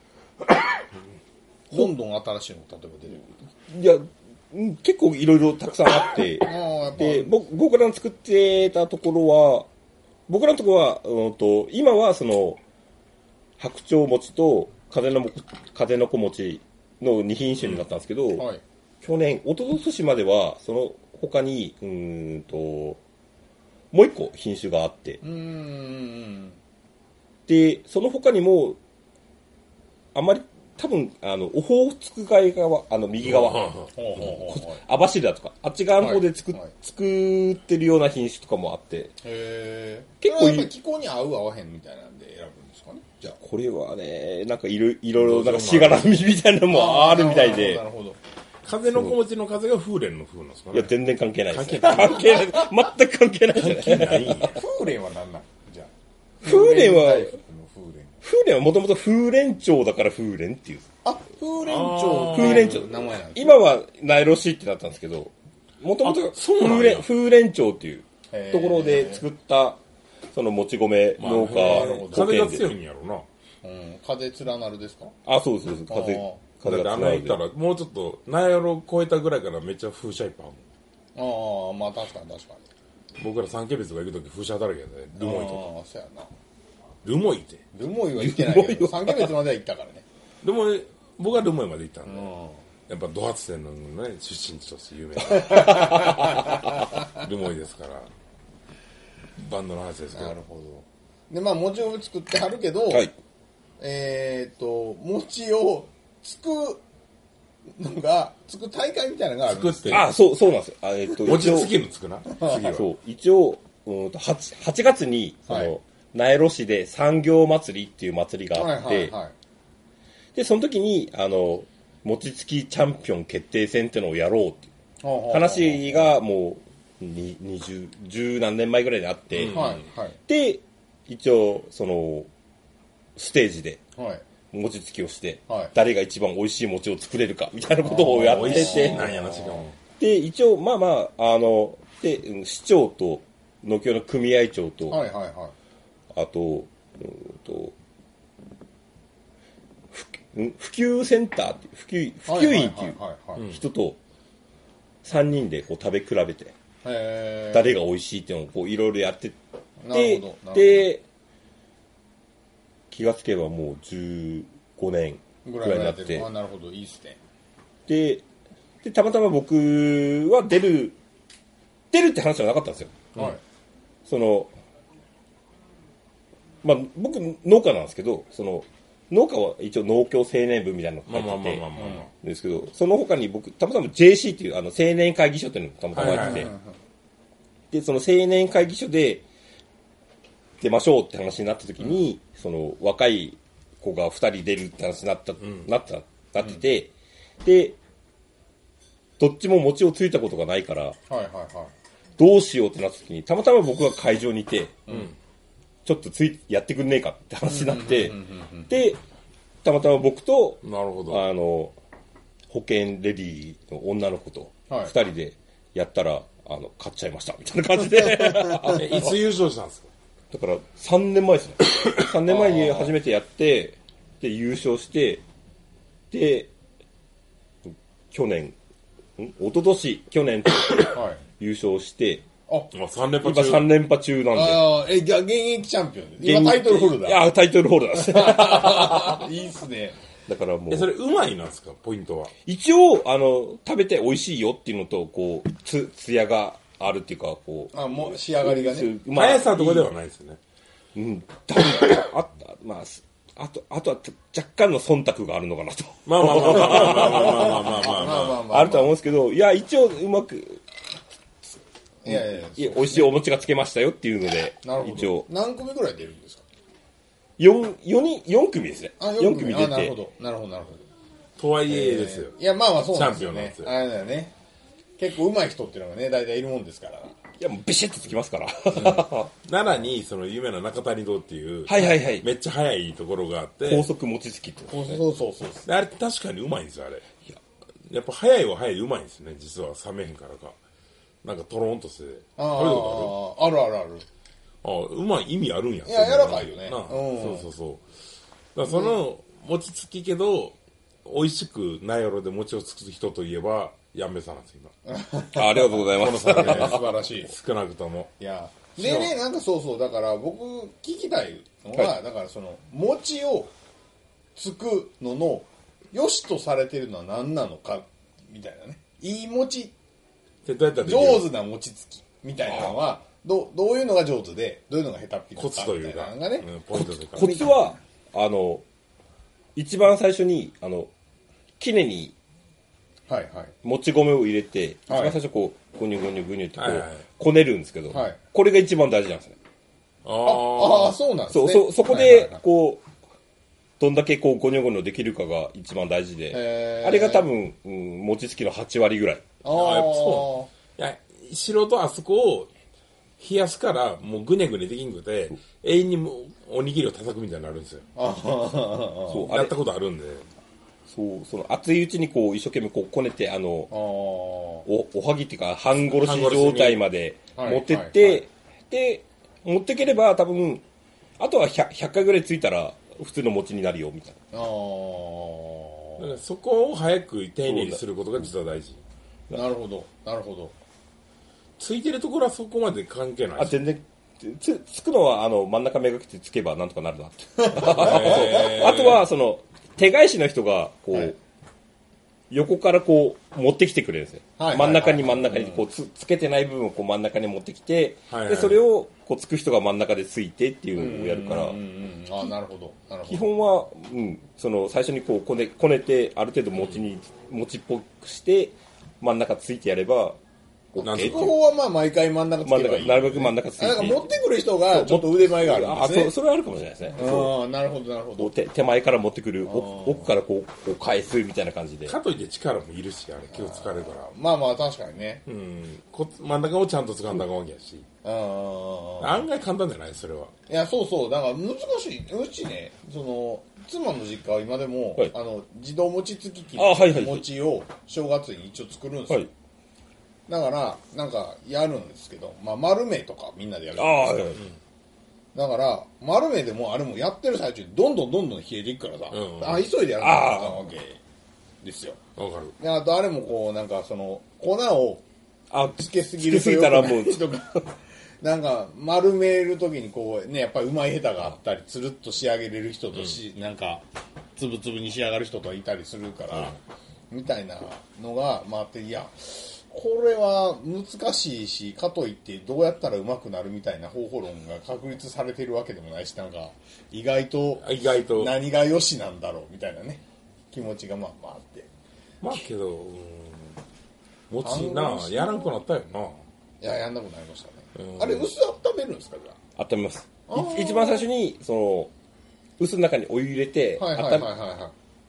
[SPEAKER 3] どんどん新しいの例えば出てくる。
[SPEAKER 4] いや、うん結構いろいろたくさんあって、
[SPEAKER 3] ああ、やっぱ。
[SPEAKER 4] で、ぼ僕らの作ってたところは、僕らのところは、うんと、今はその、白鳥餅と風のも風の子餅の2品種になったんですけど、
[SPEAKER 3] はい。
[SPEAKER 4] 去年、一昨年までは、その他に、うーんと、もう一個品種があって、
[SPEAKER 3] うーん。
[SPEAKER 4] で、その他にも、あまり、多分、あの、オホーツク海側、あの、右側、
[SPEAKER 3] ほうほうほうほう。
[SPEAKER 4] 網走だとか、あっち側の方で作,、
[SPEAKER 3] はいはい
[SPEAKER 4] 作ってるような品種とかもあって、
[SPEAKER 3] へえ。
[SPEAKER 4] 結
[SPEAKER 3] 結
[SPEAKER 4] 構
[SPEAKER 3] 構
[SPEAKER 4] いい
[SPEAKER 3] 気候に合う合わへんみたいなんで選ぶんですかね。じゃあ。
[SPEAKER 4] これはね、なんかいろいろ、
[SPEAKER 2] ど
[SPEAKER 4] な
[SPEAKER 2] うんぞ
[SPEAKER 4] かしがらみみたいなのもあるみたいで
[SPEAKER 3] な、るほど。
[SPEAKER 2] 風の子持ちの風が風蓮の風なんですか
[SPEAKER 4] い
[SPEAKER 2] ね
[SPEAKER 4] や、全然関係ないです、ね。
[SPEAKER 2] 関
[SPEAKER 4] 関係ない。 [LAUGHS] 全く関係ないですね。
[SPEAKER 2] 全然ないんや。
[SPEAKER 3] 風鈴は何なんじゃあ。
[SPEAKER 4] 風鈴は
[SPEAKER 3] 風鈴
[SPEAKER 4] 風蓮はもともと風蓮町だから風蓮っていう。
[SPEAKER 3] あ、風鈴町って
[SPEAKER 4] 風
[SPEAKER 3] いう
[SPEAKER 4] 蓮町。
[SPEAKER 3] 名前なんですね
[SPEAKER 4] 今はナイロシってなったんですけど、もともと
[SPEAKER 2] あそうなん
[SPEAKER 4] 風
[SPEAKER 2] や
[SPEAKER 4] 蓮風蓮町っていう
[SPEAKER 3] へー
[SPEAKER 4] ところで作った、そのもち米
[SPEAKER 2] まあ
[SPEAKER 4] 農家、
[SPEAKER 2] 風が
[SPEAKER 4] 保健
[SPEAKER 2] 強
[SPEAKER 4] で。
[SPEAKER 2] いんやろうな。
[SPEAKER 3] うん。風連なるですか
[SPEAKER 4] あ、そうです、そうです。
[SPEAKER 3] あー
[SPEAKER 4] 風、
[SPEAKER 2] だって
[SPEAKER 4] 風が
[SPEAKER 2] あ
[SPEAKER 4] 強
[SPEAKER 2] の
[SPEAKER 4] い
[SPEAKER 2] 行ったら、もうちょっと、ナイロ超えたぐらいからめっちゃ風車いっぱいある
[SPEAKER 3] ああ、まあ確かに確かに。
[SPEAKER 2] もん僕ら三ケ別が行くとき風車だらけやで、ルモイとか。
[SPEAKER 3] ああ、そうやな。
[SPEAKER 2] ルモイって。
[SPEAKER 3] ルモイは行ってないけど、3ヶ月までは行ったからね。
[SPEAKER 2] でも、僕はルモイまで行ったんで、
[SPEAKER 3] ん
[SPEAKER 2] やっぱドハツ店のね、出身地として有 [LAUGHS] 名なルモイですから、バンドの話ですけど
[SPEAKER 3] なる、ほど。で、まあ、餅を作ってはるけど、
[SPEAKER 4] はい。
[SPEAKER 3] えっ、と、餅をつくのが、つく大会みたいなのがあるん
[SPEAKER 2] 作
[SPEAKER 3] で
[SPEAKER 2] っ
[SPEAKER 3] す。
[SPEAKER 2] て、
[SPEAKER 4] あ、そう、そうなんですよ。あえっと、
[SPEAKER 2] 餅
[SPEAKER 4] 一応
[SPEAKER 2] つきのつくな、次
[SPEAKER 4] そ
[SPEAKER 2] は。
[SPEAKER 4] う、一応、うんと 8, 8月に、その、
[SPEAKER 3] はい
[SPEAKER 4] 苗路市で産業祭りっていう祭りが
[SPEAKER 3] は
[SPEAKER 4] あ
[SPEAKER 3] い
[SPEAKER 4] って、
[SPEAKER 3] はいはい。
[SPEAKER 4] で、その時に、あの、餅つきチャンピオン決定戦ってのをやろうっていう
[SPEAKER 3] ほうほうほう
[SPEAKER 4] 話がもう、に二十、十何年前ぐらいにあって、
[SPEAKER 3] はいはい
[SPEAKER 4] で、一応、その、ステージで
[SPEAKER 3] はい。
[SPEAKER 4] 餅つきをして、
[SPEAKER 3] はい
[SPEAKER 4] 誰が一番美味しい餅を作れるか、みたいなことをやっ
[SPEAKER 2] 美
[SPEAKER 4] て
[SPEAKER 2] 味しい
[SPEAKER 4] て、
[SPEAKER 2] なんやな、しかも。
[SPEAKER 4] で、一応、まあまあ、あの、で、うん市長と、農協の組合長と、
[SPEAKER 3] はいはいはい。
[SPEAKER 4] あと、うーんと、ふん普及センターって、普及、普及員っていう
[SPEAKER 3] はいはいはいはい
[SPEAKER 4] 人と3人でこう食べ比べて、
[SPEAKER 3] へー
[SPEAKER 4] 誰が美味しいっていうのをこういろいろやって
[SPEAKER 3] なる
[SPEAKER 4] て
[SPEAKER 3] ほどなるほ、ど
[SPEAKER 4] で、気がつけばもう15年ぐ
[SPEAKER 3] ぐ
[SPEAKER 4] ら
[SPEAKER 3] らい
[SPEAKER 4] い
[SPEAKER 3] に
[SPEAKER 4] にな
[SPEAKER 3] な
[SPEAKER 4] っ、
[SPEAKER 3] っててる。あ、なるほど、いいっすね。
[SPEAKER 4] で、で、たまたま僕は出る、出るって話はなかったんですよ。
[SPEAKER 3] はい。
[SPEAKER 4] その、まあ、僕、農家なんですけど、その、農家は一応農協青年部みたいなのが
[SPEAKER 2] まあ
[SPEAKER 4] 入っ
[SPEAKER 2] まあま
[SPEAKER 4] て
[SPEAKER 2] あまあまあまあ
[SPEAKER 4] てですけどその他に僕たまたま JC っていうあの青年会議所っていうのもたまたま入っててでその青年会議所で出ましょうって話になった時に、その若い子が2人出るって話になった、なったなってて、でどっちも餅をついたことがないから
[SPEAKER 3] はいはいはい。
[SPEAKER 4] どうしようってなった時にたまたま僕が会場にいて、ちょっとついやってくんねえかって話になって、でたまたま僕と
[SPEAKER 2] なるほど。
[SPEAKER 4] あの保険レディーの女の子と
[SPEAKER 3] はい
[SPEAKER 4] 2人でやったら、あの買っちゃいましたみたいな感じで。
[SPEAKER 2] [LAUGHS] えいつ優勝したんですか
[SPEAKER 4] だから3年前で
[SPEAKER 2] [LAUGHS]
[SPEAKER 4] すね3年前に初めてやってで優勝してで去年ん一昨年去年と
[SPEAKER 3] はい。
[SPEAKER 4] 優勝して
[SPEAKER 2] まあ、3連
[SPEAKER 4] 今
[SPEAKER 2] 覇中。
[SPEAKER 4] 3連覇中なんで
[SPEAKER 3] ああ、え、じゃあ現役チャンピオン。今タイトルホルダ
[SPEAKER 4] い
[SPEAKER 3] ー。
[SPEAKER 4] やタイトルホルダーです [LAUGHS] だ
[SPEAKER 3] いいっすね。
[SPEAKER 4] からも
[SPEAKER 2] え、そうれ、うまいなんですかポイントは。
[SPEAKER 4] 一応あの食べて美味しいよっていうのとこうつつやがあるっていうかこう
[SPEAKER 3] あもう仕上がりがね。
[SPEAKER 4] うまい
[SPEAKER 2] 速さとかではないですよね。
[SPEAKER 4] うん多分あったまあすあとあとは若干の忖度があるのかなと
[SPEAKER 2] まあまあまあまあまあまあまあまあ
[SPEAKER 3] まあ
[SPEAKER 2] まあ。
[SPEAKER 3] まあまあ。
[SPEAKER 4] あるとは思うんですけど、いや、一応うまく、
[SPEAKER 3] いやいや
[SPEAKER 4] いや美味しいお餅がつけましたよっていうので
[SPEAKER 3] なる、ほ
[SPEAKER 4] 一
[SPEAKER 3] ど
[SPEAKER 4] 応。、
[SPEAKER 3] 何組ぐらい出るんですか
[SPEAKER 4] 4、四人、四組ですね。
[SPEAKER 3] あ、
[SPEAKER 4] 四組出
[SPEAKER 3] あ、なるほ
[SPEAKER 4] て、
[SPEAKER 3] ど。なるほど、なるほど。
[SPEAKER 2] とはいえですよ。
[SPEAKER 3] いや、まあまあそうなんですよね。
[SPEAKER 2] チャンピオン
[SPEAKER 3] あれだよね。結構上手い人っていうのがね、大体いるもんですから。
[SPEAKER 4] いや、もうビシッとつきますから。 [LAUGHS] は
[SPEAKER 2] 奈良に、その、有名な中谷堂っていう、
[SPEAKER 4] いはいはい。
[SPEAKER 2] めっちゃ速いところがあって、
[SPEAKER 4] 高速餅つきって
[SPEAKER 3] そ
[SPEAKER 4] こと
[SPEAKER 3] う
[SPEAKER 4] ですね。
[SPEAKER 3] そうそうそう。
[SPEAKER 2] であれ確かにうまいんですよあれやっぱ早いは早いうまいんですね実は冷めへんからかなんかとろんとして食べた
[SPEAKER 3] あ
[SPEAKER 2] こ
[SPEAKER 3] あ、あるあるある。
[SPEAKER 2] とあるあうまい意味あるんや
[SPEAKER 3] いや柔らかいよね
[SPEAKER 2] なあ
[SPEAKER 3] うん
[SPEAKER 2] そうそうそうだからその餅つきけど美味しくないやろで餅をつく人といえばやんべさんなんですよ今
[SPEAKER 4] あありがとうございます。
[SPEAKER 3] いや素晴らしい。
[SPEAKER 2] 少なくとも
[SPEAKER 3] いや、でね、なんかそうそう、だから僕聞きたいのは、だからその、餅をつくのの、良しとされてるのは何なのか、みたいなね。いい餅、
[SPEAKER 2] でどうやったらできる
[SPEAKER 3] 上手な餅つき、みたいなのは、どどういうのが上手で、どういうのが下手っぴ
[SPEAKER 2] コ
[SPEAKER 3] だ
[SPEAKER 2] ツ
[SPEAKER 3] った
[SPEAKER 2] と
[SPEAKER 3] み
[SPEAKER 2] い
[SPEAKER 3] た
[SPEAKER 2] う
[SPEAKER 3] い
[SPEAKER 2] か
[SPEAKER 3] なのがね。
[SPEAKER 2] うんポイントというか
[SPEAKER 4] コツは、あの、一番最初に、あの、きねに
[SPEAKER 3] はいはい。
[SPEAKER 4] もち米を入れて、一
[SPEAKER 3] はい
[SPEAKER 4] 番最初こう、ゴニョゴニョゴニョってこ、
[SPEAKER 2] はいはいう
[SPEAKER 4] こねるんですけど
[SPEAKER 3] はい、
[SPEAKER 4] これが一番大事なんですね。
[SPEAKER 3] ああ、
[SPEAKER 2] ああ
[SPEAKER 3] そうなんです
[SPEAKER 4] そ
[SPEAKER 3] ね。
[SPEAKER 4] う、そ、そこ
[SPEAKER 3] はいはい
[SPEAKER 4] で
[SPEAKER 3] はい、
[SPEAKER 4] こう、どんだけこう、ごにょごにょできるかが一番大事
[SPEAKER 3] へ
[SPEAKER 4] で、
[SPEAKER 3] ー
[SPEAKER 4] あれが多分、うん、餅つきの8割ぐらい。
[SPEAKER 3] あ
[SPEAKER 2] あやっぱ
[SPEAKER 3] ー
[SPEAKER 2] そいや素人あそこを冷やすからもうぐねぐねできんくて永遠にもうおにぎりを叩くみたいになるんですよ
[SPEAKER 3] あ
[SPEAKER 4] そう、あ
[SPEAKER 2] やっ
[SPEAKER 4] れ
[SPEAKER 2] た、ことあるんで
[SPEAKER 4] そう、その、熱いうちにこう、一生懸命こう、こねて、あの、
[SPEAKER 3] ー。ああ。
[SPEAKER 4] お、おはぎっていうか、半殺し状態まで
[SPEAKER 3] 半殺しに
[SPEAKER 4] 持ってっ
[SPEAKER 3] はいはいは
[SPEAKER 4] て、で、持ってければ多分、あとは 100, 100回ぐらいついたら、普通の餅になるよ、みたいな。
[SPEAKER 3] あー
[SPEAKER 2] だからそこを早く丁寧にすることが実は大事
[SPEAKER 3] なるほど、なるほど。
[SPEAKER 2] ついてるところはそこまで関係ない
[SPEAKER 4] あ、全然、つ、つくのは、あの、真ん中めがけてつけばなんとかなるなって。
[SPEAKER 3] [LAUGHS]
[SPEAKER 2] え
[SPEAKER 4] あとは、その、手返しの人が、こう、
[SPEAKER 3] はい
[SPEAKER 4] 横からこう、持ってきてくれるんですね。
[SPEAKER 3] はい
[SPEAKER 4] 真ん中に
[SPEAKER 3] はいは
[SPEAKER 4] 真
[SPEAKER 3] い
[SPEAKER 4] ん中に、こうつ、つけてない部分をこう真ん中に持ってきて、
[SPEAKER 2] はいはい
[SPEAKER 4] で、それを、こう、つく人が真ん中でついてっていうのをやるから
[SPEAKER 3] うん、うんうん、あーなるほど、なるほ
[SPEAKER 4] 基
[SPEAKER 3] ど。
[SPEAKER 4] 本は、うん、その、最初にこう、こね、こねて、ある程度餅に、餅っぽくして、真ん中ついてやれば、OK
[SPEAKER 2] なん
[SPEAKER 4] って
[SPEAKER 2] と
[SPEAKER 4] い
[SPEAKER 2] か
[SPEAKER 4] う
[SPEAKER 3] ここはまあ毎回真ん中つければいい、
[SPEAKER 4] 真ん中なるべく真ん中つけて
[SPEAKER 3] あなんか持ってくる人がちょっと腕前がある
[SPEAKER 4] あ、
[SPEAKER 3] ん
[SPEAKER 4] そう、
[SPEAKER 3] ですね。
[SPEAKER 4] それはあるかもしれないですね。そう
[SPEAKER 3] ああ、なるほど、なるほ
[SPEAKER 4] こう
[SPEAKER 3] ど。
[SPEAKER 4] 手手前から持ってくる、奥奥からこう、こう返すみたいな感じで
[SPEAKER 2] ー。かといって力もいるしあれ気を使えるから
[SPEAKER 3] まあまあ、確かにね。
[SPEAKER 2] うんこ真ん中をちゃんと掴んだがわけやし
[SPEAKER 3] うんうんうん
[SPEAKER 2] 案外簡単じゃないそれは
[SPEAKER 3] うん。いや、そうそう、だから難しい。うちね、その、妻の実家は今でも、
[SPEAKER 4] はい
[SPEAKER 3] あの、自動餅つき機
[SPEAKER 4] あはいはいはい
[SPEAKER 3] 餅を正月に一応作るんですよ。
[SPEAKER 4] はい。
[SPEAKER 3] だから、なんか、やるんですけど、まあ、丸めとかみんなでやる
[SPEAKER 4] あ
[SPEAKER 3] んですよ
[SPEAKER 4] あ、はいはい
[SPEAKER 3] だから、丸めでもあれもやってる最中にどんどんどんどん冷えていくからさ、
[SPEAKER 2] うんうん
[SPEAKER 3] あ急いでやらなきゃいけないわけですよ。
[SPEAKER 2] わかる
[SPEAKER 3] であとあれもこう、なんかその、粉を
[SPEAKER 4] あ、
[SPEAKER 3] つけすぎる
[SPEAKER 4] つけすぎたらもう
[SPEAKER 3] 良くないとか、 [LAUGHS] なんか丸めるときにこう、ね、やっぱりうまい下手があったり、つるっと仕上げれる人とし、なんか、つぶつぶに仕上がる人といたりするから、みたいなのが、まああって、いや、これは難しいし、かといってどうやったら上手くなるみたいな方法論が確立されてるわけでもないし、なんか、意外と
[SPEAKER 2] 意外と
[SPEAKER 3] 何が良しなんだろうみたいなね、気持ちがまあまああって。
[SPEAKER 2] まあけどうん持ち
[SPEAKER 3] あ
[SPEAKER 2] な
[SPEAKER 3] の
[SPEAKER 2] やらんくなったよない
[SPEAKER 3] や、やんなくなりましたね
[SPEAKER 2] う。ん
[SPEAKER 3] あれ、薄温めるんですか、じゃ
[SPEAKER 4] 温めますい一番最初にその薄の中にお湯入れて、
[SPEAKER 3] あ。はいはいはいはいはい。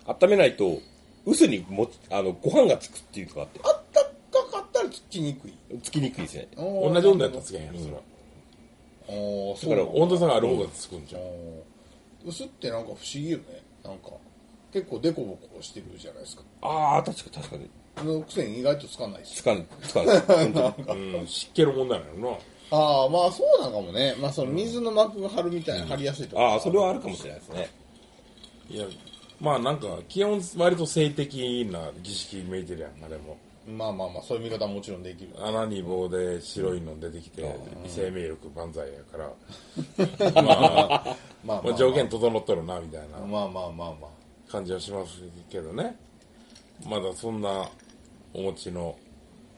[SPEAKER 4] あった温めないと薄にもちあのご飯がつくっていうのがあって
[SPEAKER 3] あったかかったらつきにくい。
[SPEAKER 4] つきにくいですね
[SPEAKER 3] 同
[SPEAKER 2] 同じ温度やったらつけへんやろそれは
[SPEAKER 3] おーそう
[SPEAKER 4] だから
[SPEAKER 3] なん
[SPEAKER 2] 温度差がある方がつくんじゃん
[SPEAKER 3] おー薄ってなんか不思議よねなんか結構デコボコしてるじゃないですか
[SPEAKER 4] ああ確か確かに
[SPEAKER 3] そのくせに意外とつかないし
[SPEAKER 4] つかんつかん本当に
[SPEAKER 2] うん湿気の問題なのな
[SPEAKER 3] ああまあそうなんかもねまあその水の膜が張るみたいな張りやすいとか
[SPEAKER 4] ああそれはあるかもしれないですね
[SPEAKER 2] いやまあなんか基本割と性的な儀式向いてるやんあれも
[SPEAKER 3] まあまあまあそういう見方ももちろんできる
[SPEAKER 2] 穴に棒で白いの出てきて生命力万歳やからまあ
[SPEAKER 3] まあまあ、
[SPEAKER 2] まあ条件整っとるなみたいな
[SPEAKER 3] まあまあまあま
[SPEAKER 2] 感じはしますけどねまだそんなお持ちの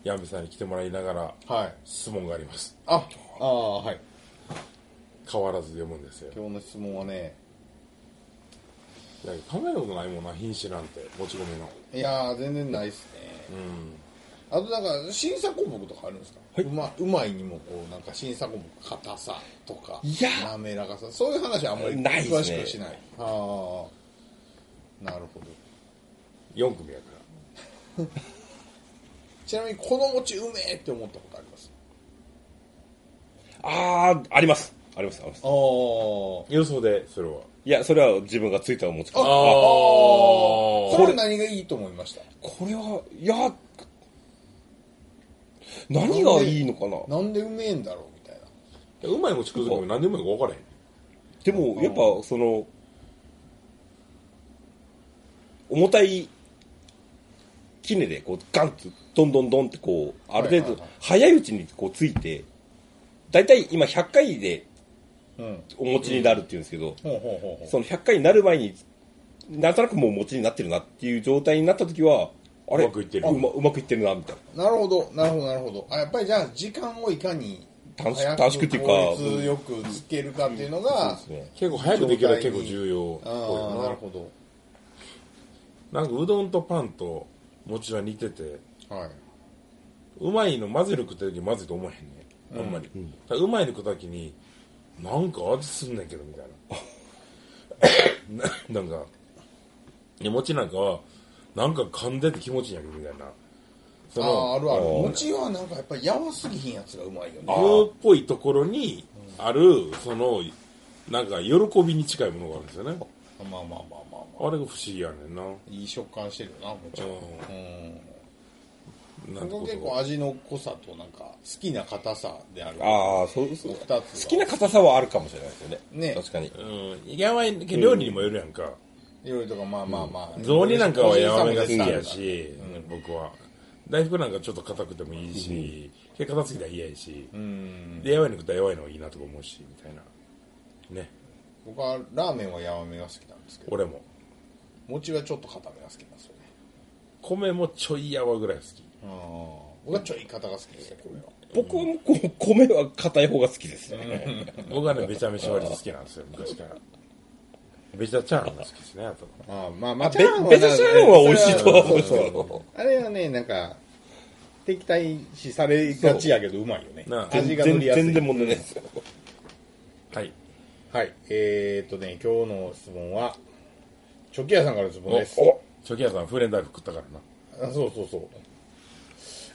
[SPEAKER 2] ヤンビさんに来てもらいながら
[SPEAKER 3] あはい
[SPEAKER 2] 質問があります
[SPEAKER 3] あああはい
[SPEAKER 2] 変わらず読むんですよ
[SPEAKER 3] 今日の質問はね
[SPEAKER 2] だけど考えたことないもんな品種なんて持ち込みの
[SPEAKER 3] いやー全然ないっすねあとなんか審査項目とかあるんですか、うまうまいにもこうなんか審査項目硬さとか
[SPEAKER 4] いや
[SPEAKER 3] 滑らかさそういう話はあんまり
[SPEAKER 4] ないっすね
[SPEAKER 3] 詳しくはしないああなるほど
[SPEAKER 2] 4組やか
[SPEAKER 3] ちなみにこの餅うめえって思ったことあります
[SPEAKER 4] ああありますありますあります
[SPEAKER 3] ああ
[SPEAKER 2] ら予想でそれはい
[SPEAKER 4] やそれは自分がついたお餅か
[SPEAKER 3] あ
[SPEAKER 4] あ
[SPEAKER 2] あ
[SPEAKER 3] それは何がいいと思いました
[SPEAKER 4] これはいや何がいいのかな
[SPEAKER 3] なんでうめえんだろうみたいな
[SPEAKER 2] うまい餅食う時も何でうまいか分からへん
[SPEAKER 4] でもやっぱその重たいきねでこうガンとどんどんどんってこうある
[SPEAKER 3] はい
[SPEAKER 4] 程
[SPEAKER 3] はい
[SPEAKER 4] 度
[SPEAKER 3] はい
[SPEAKER 4] 早いうちにこうついて大体今100回で
[SPEAKER 3] うん
[SPEAKER 4] お餅になるっていうんですけど、
[SPEAKER 3] ほうほうほうほう
[SPEAKER 4] その100回になる前になんとなくもう餅になってるなっていう状態になった時はあれ
[SPEAKER 2] うまくいってる
[SPEAKER 4] あうまうまくいってるなみたいな
[SPEAKER 3] なるほど、なるほど、なるほど。あ、やっぱりじゃあ、時間をいかに
[SPEAKER 4] 短縮
[SPEAKER 3] 早
[SPEAKER 4] 短縮っていうか
[SPEAKER 3] 効率よくつけるかっていうのが、
[SPEAKER 4] そうですね
[SPEAKER 2] 結構早くできるのは結構重要っぽい
[SPEAKER 3] ああ、なる
[SPEAKER 2] よ
[SPEAKER 3] ほど。
[SPEAKER 2] ななんかうどんとパンと餅は似てて
[SPEAKER 3] はい。
[SPEAKER 2] うまいの混ぜる食った時まずいと思えへんねあんまり、ただうまいの食った時になんか味すんねんけどみたいな [COUGHS] ななんかいや餅なんかはなんか噛んでて気持ちいいんやけどみたいなそ
[SPEAKER 3] ああ、あるある。
[SPEAKER 4] あー
[SPEAKER 3] 餅はなんかやっぱりやわすぎひんやつがうまいよね。
[SPEAKER 2] 色っぽいところにあるそのなんか喜びに近いものがあるんですよね
[SPEAKER 3] まあまあまあまあまあ。
[SPEAKER 2] あれが不思議やねんなう
[SPEAKER 3] いい食感してるよな、餅は。うん。
[SPEAKER 2] な
[SPEAKER 3] こ
[SPEAKER 2] んて
[SPEAKER 3] こ
[SPEAKER 2] こ
[SPEAKER 3] 結
[SPEAKER 2] と
[SPEAKER 3] 構
[SPEAKER 2] が
[SPEAKER 3] 味の濃さとなんか、好きな硬さである。
[SPEAKER 4] ああそうそう
[SPEAKER 3] 二つ
[SPEAKER 4] 好
[SPEAKER 3] は
[SPEAKER 4] きな硬さはあるかもしれないですよね
[SPEAKER 3] ね
[SPEAKER 4] 確かに
[SPEAKER 2] うんやわいけど料理にもよるやんか、
[SPEAKER 3] いろいろとか、まあまあまあ。
[SPEAKER 2] 雑煮なんかはやわめが好きや
[SPEAKER 3] 個人差も出て
[SPEAKER 2] し、僕は大福なんかちょっと硬くてもいいし、結構硬すぎたら嫌やし、
[SPEAKER 3] たら。うん。
[SPEAKER 2] でやわいの食ったらやわいのがいいなとか思うしみたいなね
[SPEAKER 3] 僕はラーメンはやわめが好きなんですけど、
[SPEAKER 2] 俺も
[SPEAKER 3] 餅はちょっと硬めが好きなんですよね。
[SPEAKER 2] 米もちょいやわぐらい好き
[SPEAKER 3] ああ僕はちょい方が好きですねこれは
[SPEAKER 4] 僕はもうこう米は硬い方が好きですね
[SPEAKER 2] 僕はねべちゃめちゃ割と好きなんですよ昔からべちゃチャーハンが好きですねあと
[SPEAKER 3] あーまあまあ
[SPEAKER 4] べベタシャーンは美味しいとは思うんですけ
[SPEAKER 3] そう
[SPEAKER 4] ど
[SPEAKER 3] あれはねなんか敵対視されがちやけどうまいよね
[SPEAKER 2] なあ
[SPEAKER 3] 味が乗
[SPEAKER 4] 全
[SPEAKER 3] りやすい
[SPEAKER 4] 全然問題ないですよ
[SPEAKER 2] はい
[SPEAKER 3] はいえー、っとね今日の質問はチョキ屋さんからの質問
[SPEAKER 2] お
[SPEAKER 3] です
[SPEAKER 2] おチョキ屋さん風蓮大福食ったからな
[SPEAKER 3] あそうそうそう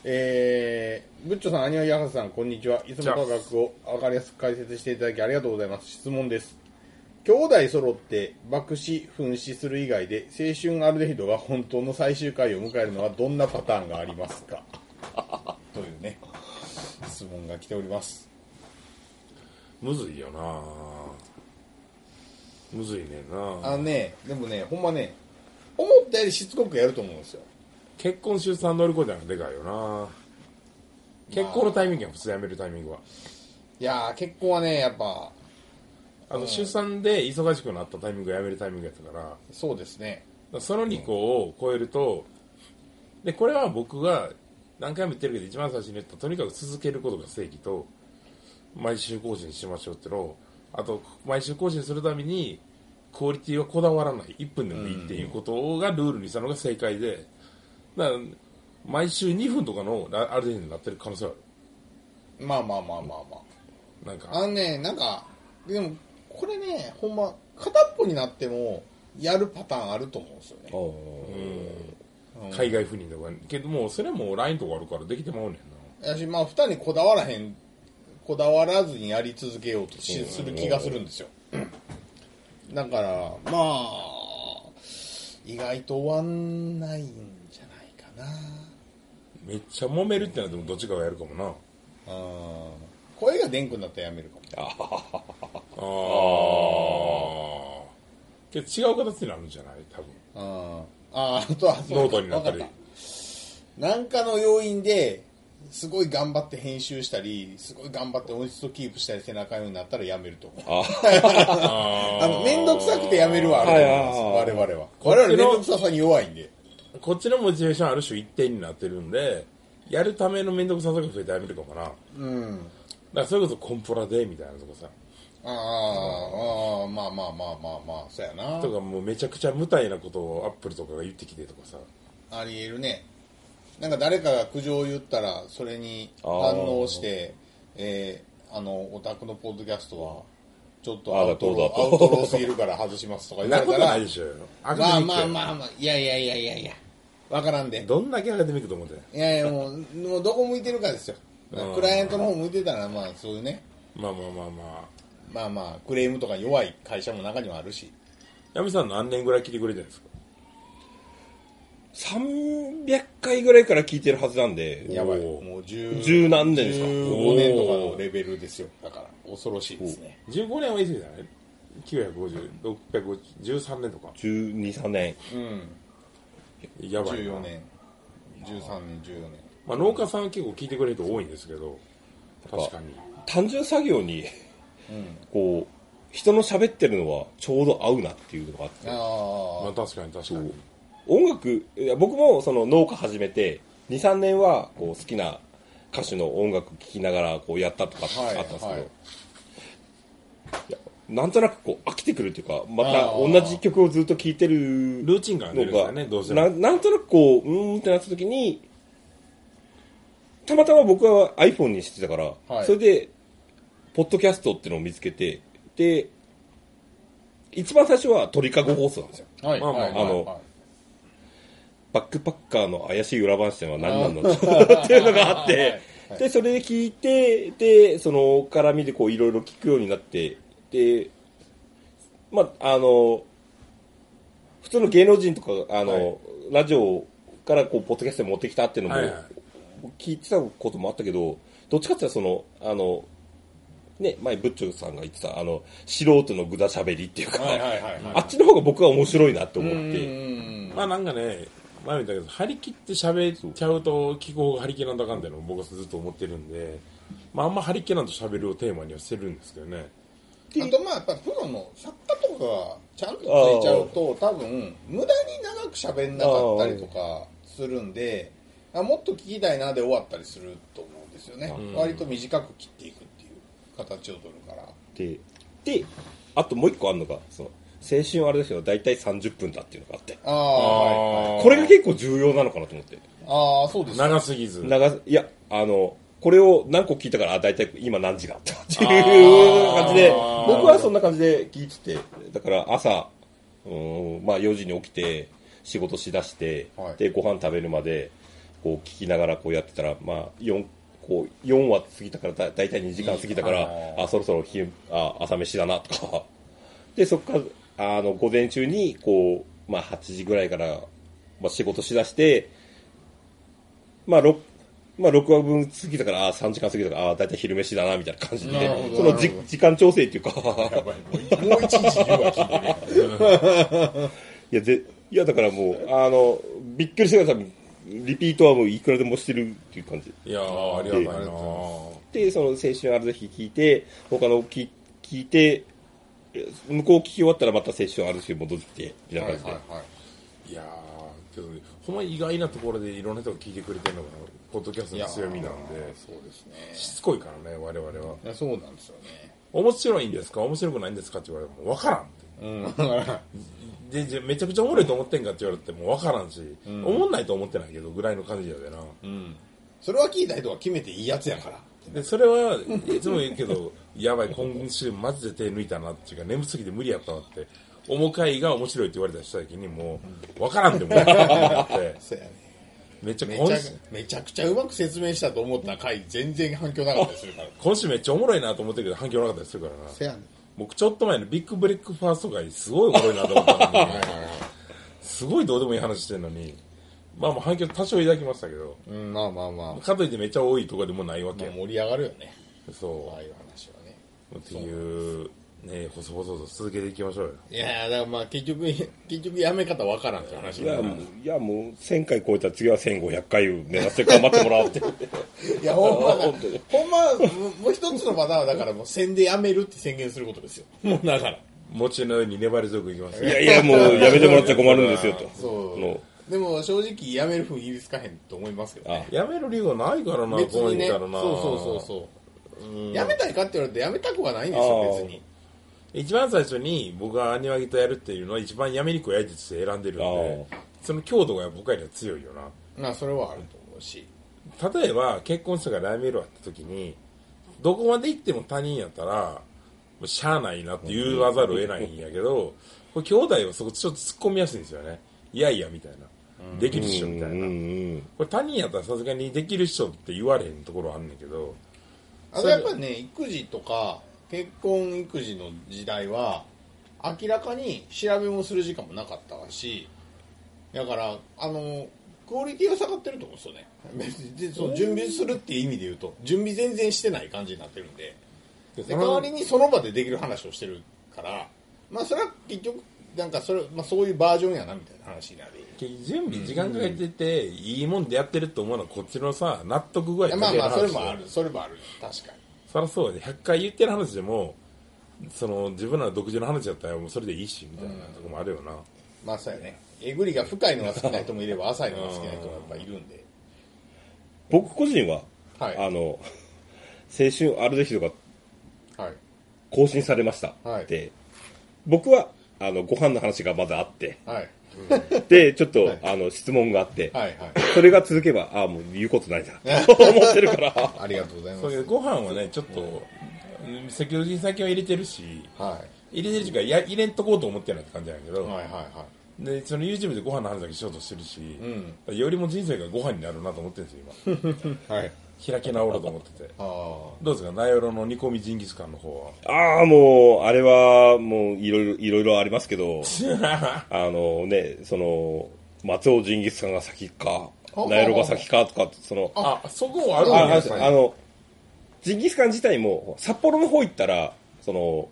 [SPEAKER 3] えー、ブッチョさん、アニオヤハさん、こんにちは。いつも価格を分かりやすく解説していただきありがとうございます。質問です。兄弟揃って爆死、噴死する以外で、青春アルデヒドが本当の最終回を迎えるのはどんなパターンがありますかというね、質問が来ております。
[SPEAKER 2] むずいよなむずいねんな
[SPEAKER 3] あのね、でもね、ほんまね、思ったよりしつこくやると思うんですよ。
[SPEAKER 2] 結婚出産乗り越えたのがでかいよな結婚のタイミングは普通やめるタイミングはい
[SPEAKER 3] やー、結婚はね、やっぱ、
[SPEAKER 2] あと出産で忙しくなったタイミングやめるタイミングやったからだか
[SPEAKER 3] そうですね。
[SPEAKER 2] らその2個を超えるとでこれは僕が何回も言ってるけど一番最初に言ったとにかく続けることが正義と毎週更新しましょうってのをあと毎週更新するためにクオリティはこだわらない1分でもいいっていうことがルールにしたのが正解でだから毎週2分とかのラアルデンになってる可能性は
[SPEAKER 3] まあまあまあまあま
[SPEAKER 2] あるなん
[SPEAKER 3] あ。
[SPEAKER 2] か
[SPEAKER 3] あのね、なんか、でも、これね、ほんま、片っぽになっても、やるパターンあると思うんですよね。うん
[SPEAKER 2] 海外赴任とかけどもうそれはもう LINE とかあるからできてまうねんな
[SPEAKER 3] やし、まあ、二人こだわらへん、こだわらずにやり続けようとしする気がするんですよ。だから、まあ、意外と終わんないんじゃないかな。
[SPEAKER 2] めっちゃ揉めるってなってもどっちかがやるかもな
[SPEAKER 3] うん声がでんくなったらやめるかも。
[SPEAKER 2] ああけど違う形になるんじゃない多分
[SPEAKER 3] うんあーあとはそう
[SPEAKER 2] ノートになったり
[SPEAKER 3] わかったなんかの要因ですごい頑張って編集したりすごい頑張って音質をキープしたり背中ようになったらやめると思う [LAUGHS] あの面倒くさくてやめるはあると思います我々は
[SPEAKER 2] こっちの
[SPEAKER 3] 我々面倒くささに弱いんで
[SPEAKER 2] こっちのモチベーションある種一定になってるんでやるための面倒くささが増えてやめるかもなだか
[SPEAKER 3] うん
[SPEAKER 2] らそれこそコンプラでみたいなとこさ
[SPEAKER 3] あーあーまあまあまあまあまあそうやな
[SPEAKER 2] とかもうめちゃくちゃ無体なことをアップルとかが言ってきてとかさ
[SPEAKER 3] ありえるねなんか誰かが苦情を言ったらそれに反応してえーあのお宅のポッドキャストはちょっとアウトロー
[SPEAKER 4] あ
[SPEAKER 3] ア
[SPEAKER 4] だ
[SPEAKER 3] ウ
[SPEAKER 4] どうだ
[SPEAKER 3] トローすぎるから外しますとか
[SPEAKER 2] そ
[SPEAKER 3] 言
[SPEAKER 2] ん
[SPEAKER 3] わ
[SPEAKER 2] な
[SPEAKER 3] れ
[SPEAKER 2] こ
[SPEAKER 3] た
[SPEAKER 2] と
[SPEAKER 3] ら
[SPEAKER 2] ないでしょア
[SPEAKER 3] まあまあ
[SPEAKER 2] や
[SPEAKER 3] まあまあいやいやいやいやいやわからんで
[SPEAKER 2] どんだけアカデミックと思ってん
[SPEAKER 3] いやいやもうもうどこ向いてるかですよ
[SPEAKER 2] うん
[SPEAKER 3] クライアントの方向いてたらまあそういうね
[SPEAKER 2] まあまあまあまあ
[SPEAKER 3] まあまあクレームとか弱い会社も中にはあるし
[SPEAKER 2] ヤミさん何年ぐらい聞いてくれてるんですか
[SPEAKER 4] 300回ぐらいから聞いてるはずなんで、
[SPEAKER 3] やばい
[SPEAKER 2] おー
[SPEAKER 3] もう10
[SPEAKER 4] 十何年ですか
[SPEAKER 3] 15年とかのレベルですよだから恐ろしいですね
[SPEAKER 2] 15年は言い過ぎじゃない950、650、13年とか。
[SPEAKER 4] 12、3年。
[SPEAKER 3] うん
[SPEAKER 2] やばいな。
[SPEAKER 3] 14年13年14年
[SPEAKER 2] まあ、農家さんは結構聞いてくれる人多いんですけど、確かに。
[SPEAKER 4] 単純作業に、こう、人の喋ってるのはちょうど合うなっていうのがあって、
[SPEAKER 2] まあ、
[SPEAKER 3] あ
[SPEAKER 2] 確かに確かに。
[SPEAKER 4] 音楽、いや僕もその農家始めて、2、3年はこう好きな歌手の音楽聴きながらこうやったとかあ
[SPEAKER 3] はい
[SPEAKER 4] ったんですけど、
[SPEAKER 3] はい
[SPEAKER 4] いやなんとなくこう飽きてくるっていうか、また
[SPEAKER 3] あ
[SPEAKER 4] 同
[SPEAKER 3] ー
[SPEAKER 4] じ曲をずっと聴いてる
[SPEAKER 2] ルーチン感が出るんですよね、どうして
[SPEAKER 4] な
[SPEAKER 2] も。
[SPEAKER 4] なんとなくこううーんってなった時にたまたま僕は iPhone にしてたから、
[SPEAKER 3] はい
[SPEAKER 4] それでポッドキャストっていうのを見つけてで一番最初は鳥かご放送なんですよ
[SPEAKER 3] あはい
[SPEAKER 2] まあまあ
[SPEAKER 3] はい
[SPEAKER 4] あの
[SPEAKER 3] はい
[SPEAKER 4] バックパッカーの怪しい裏話は何なんだろうっていうのがあっ
[SPEAKER 3] はい
[SPEAKER 4] てでそれで聞いてでその絡みでこういろいろ聞くようになってでまああの普通の芸能人とかあの、
[SPEAKER 2] はい
[SPEAKER 4] ラジオからこうポッドキャストに持ってきたっていうのも
[SPEAKER 2] はいはい
[SPEAKER 4] 聞いてたこともあったけどどっちかっていうとそのあのね前ブッチョさんが言ってたあの素人のぐだしゃべりっていうか、
[SPEAKER 3] はいはいはいはい
[SPEAKER 4] あっちの方が僕は面白いなと思っ
[SPEAKER 3] うん
[SPEAKER 4] て。
[SPEAKER 2] まあ、なんかね、前も言ったけど、張り切って喋っちゃうと、気候が張り切らんとあかんっていうのを僕はずっと思ってるんで、まあ、あんま張り切らんと喋るをテーマにはしてるんですけどね。
[SPEAKER 3] あとまあやっぱプロの作家とかがちゃんとついちゃうと多分無駄に長く喋んなかったりとかするんであもっと聞きたいなで終わったりすると思うんですよね割と短く切っていくっていう形を取るから
[SPEAKER 4] で、で、あともう一個あるのが、その、青春はあれですよ、だいたい30分だっていうのがあって。
[SPEAKER 3] ああはいはい
[SPEAKER 4] これが結構重要なのかなと思って。
[SPEAKER 3] ああそうですね
[SPEAKER 2] 長すぎず。
[SPEAKER 4] 長す、いや、あの、これを何個聞いたから、あ、だいたい今何時だったっていう感じで、僕はそんな感じで聞いてて、だから朝、うーん、まあ4時に起きて、仕事しだして、
[SPEAKER 3] はい
[SPEAKER 4] で、ご飯食べるまで、こう聞きながらこうやってたら、まあ4、こう4話過ぎたからだ、だいたい2時間過ぎたから、
[SPEAKER 3] あ
[SPEAKER 4] あ、そろそろ昼、あ、朝飯だなとか、で、そこから、あの、午前中に、こう、まあ、8時ぐらいから、まあ、仕事しだして、まあ、6、まあ、6話分過ぎたから、あ3時間過ぎたから、あだいたい昼飯だな、みたいな感じ
[SPEAKER 3] なるほ
[SPEAKER 4] で、
[SPEAKER 3] ど
[SPEAKER 4] そのじ
[SPEAKER 3] なるほど
[SPEAKER 4] 時間調整っていうか、
[SPEAKER 3] やばいもう一もう一日10は聞いてる
[SPEAKER 4] いや、ぜ、いや、だからもう、あの、びっくりしてください。リピートはもういくらでもしてるっていう感じ。
[SPEAKER 2] いやー、ありがたいな
[SPEAKER 3] ありがとう
[SPEAKER 2] ー
[SPEAKER 4] で、その青春あるぜひ聞いて、他の聞聞いて、え向こう聞き終わったらまた青春あるぜひ戻ってきて、みたいな
[SPEAKER 3] はい
[SPEAKER 4] 感
[SPEAKER 3] は
[SPEAKER 4] じ
[SPEAKER 3] い
[SPEAKER 4] で。
[SPEAKER 3] はい
[SPEAKER 2] いやけどほんま意外なところでいろんな人が聞いてくれてるのがポッドキャストの強みなんで
[SPEAKER 3] そうですね
[SPEAKER 2] しつこいからね我々はい
[SPEAKER 3] やそうなんですよね
[SPEAKER 2] 面白いんですか面白くないんですかって言われても分からんって
[SPEAKER 3] うんだから
[SPEAKER 2] でじゃあめちゃくちゃおもろいと思ってんかって言われても分からんし、おもんないと思ってないけどぐらいの感じやでな、
[SPEAKER 3] [LAUGHS] それは聞いた人が決めていいやつやから
[SPEAKER 2] でそれはいつも言うけどやばい今週マジで手抜いたなっていうか眠すぎて無理やったなって重回が面白いって言われたりした時にもう分からんでもうって
[SPEAKER 3] そうやね
[SPEAKER 2] めっちゃ
[SPEAKER 3] [LAUGHS] めち
[SPEAKER 2] 今
[SPEAKER 3] ゃ
[SPEAKER 2] 週
[SPEAKER 3] めちゃくちゃうまく説明したと思った回全然反響なかったりするから
[SPEAKER 2] 今週めっちゃおもろいなと思ってるけど反響なかったりするからな
[SPEAKER 3] せやね
[SPEAKER 2] 僕ちょっと前のビッグブレックファースト会すごいおもろいなと思ったのにすごいどうでもいい話してるのにまあまあ反響多少抱きましたけど
[SPEAKER 3] うんまあまあまあ、ま
[SPEAKER 2] かといってめっちゃ多いとかでもないわ
[SPEAKER 3] あ
[SPEAKER 2] け、
[SPEAKER 3] 盛り上がるよね
[SPEAKER 2] そ
[SPEAKER 3] ああいう話はね
[SPEAKER 2] うっていうね細々と続けていきましょうよ
[SPEAKER 3] いやーだからまあ結局 [LAUGHS] 結局やめ方わからんって話
[SPEAKER 4] い
[SPEAKER 3] にな
[SPEAKER 4] や、
[SPEAKER 3] る
[SPEAKER 4] もう、いや、もう、1000回超えたら次は1500回目指して頑張ってもら
[SPEAKER 3] [LAUGHS]
[SPEAKER 4] おうって。
[SPEAKER 3] いやほんまだ
[SPEAKER 4] 本当に
[SPEAKER 3] ほんまもうもう一つのパターンはだからもう宣でやめるって宣言することですよもうだから
[SPEAKER 2] 餅のように粘り強くいきます
[SPEAKER 4] い
[SPEAKER 2] よ
[SPEAKER 4] やいや、もう、やめてもらっちゃ困るんですよ、と。
[SPEAKER 3] [LAUGHS] そう
[SPEAKER 4] の
[SPEAKER 3] でも正直やめる風につかへんと思いますけどね
[SPEAKER 2] やめる理由はないからな
[SPEAKER 3] 別
[SPEAKER 2] こう
[SPEAKER 3] に
[SPEAKER 2] 言っ
[SPEAKER 3] ねそう
[SPEAKER 2] たらな
[SPEAKER 3] そうそうそうやめたいかって言われてやめたくはないんですよ
[SPEAKER 4] あー
[SPEAKER 3] 別に
[SPEAKER 2] 一番最初に僕がアニワギとやるっていうのは一番やめにくい相手として選んでるんでその強度が僕らよりは強いよな
[SPEAKER 3] まあそれはあると思うし
[SPEAKER 2] 例えば結婚したからライメールあった時にどこまで行っても他人やったらもうしゃあないなって言わざるを得ないんやけどこれ兄弟はそこちょっと突っ込みやすいんですよねいやいやみたいなできるっしょみたいな
[SPEAKER 4] うん
[SPEAKER 2] これ他人やったらさすがにできるっしょって言われへんところあんねんけど
[SPEAKER 3] あとやっぱね育児とか結婚育児の時代は明らかに調べもする時間もなかったしだからあのクオリティが下がってると思うんですよね別にでその準備するっていう意味で言うと準備全然してない感じになってるんで
[SPEAKER 2] で
[SPEAKER 3] で代わりにその場でできる話をしてるからまあそれは結局なんかそれ、まあ、そういうバージョンやなみたいな話になる
[SPEAKER 2] 結局準備時間かけてて、いいもんでやってると思うのはこっちのさ納得具合
[SPEAKER 3] いや
[SPEAKER 2] だ
[SPEAKER 3] まあ
[SPEAKER 2] けの
[SPEAKER 3] まあ
[SPEAKER 2] 話
[SPEAKER 3] そ
[SPEAKER 2] で
[SPEAKER 3] れもあるそれもある確かに
[SPEAKER 2] そりゃそうやで100回言ってる話でもその自分らの独自の話やったらもうそれでいいしみたいなとこもあるよな、
[SPEAKER 3] まあそうやねえぐりが深いのが好きな人もいれば浅いのが好きな人もやっぱいるんで
[SPEAKER 4] 僕個人は、
[SPEAKER 3] はい
[SPEAKER 4] あの、青春あるぜひとか
[SPEAKER 3] はい
[SPEAKER 4] 更新されました。
[SPEAKER 3] はい
[SPEAKER 4] で、僕は、あの、ご飯の話がまだあって、
[SPEAKER 3] はい [LAUGHS]
[SPEAKER 4] で、ちょっと、
[SPEAKER 3] はい
[SPEAKER 4] あの、質問があって、
[SPEAKER 3] はいはい
[SPEAKER 4] それが続けば、ああ、もう言うことない
[SPEAKER 3] [LAUGHS]
[SPEAKER 4] な、と思ってるから。
[SPEAKER 3] ありがとうござい
[SPEAKER 2] そ
[SPEAKER 3] ま
[SPEAKER 2] う
[SPEAKER 3] す
[SPEAKER 2] けどご飯はねちょっと、うん積極的に先は入れてるし
[SPEAKER 3] は
[SPEAKER 2] 入れてる時はいや入れんとこうと思ってないって感じなんやけど、
[SPEAKER 3] いはいはいは
[SPEAKER 2] でその YouTube でご飯の話だけしようとしてるし、
[SPEAKER 3] ん
[SPEAKER 2] よりも人生がご飯になるなと思ってるんです [LAUGHS] よ
[SPEAKER 3] いはい
[SPEAKER 2] 今開き直ろうと思ってて
[SPEAKER 3] ああ
[SPEAKER 2] どうですかナヨロの煮込みジンギスカンの方は
[SPEAKER 4] ああ、もう、あれは、もう、いろいろ、いろいろありますけど、あのね、その、松尾ジンギスカンが先か、
[SPEAKER 3] あ
[SPEAKER 4] ナイロが先かとか、その、
[SPEAKER 2] [LAUGHS] あそこはある
[SPEAKER 4] あ
[SPEAKER 2] ん
[SPEAKER 4] あ
[SPEAKER 2] や
[SPEAKER 4] あの、ジンギスカン自体も、札幌の方行ったら、その、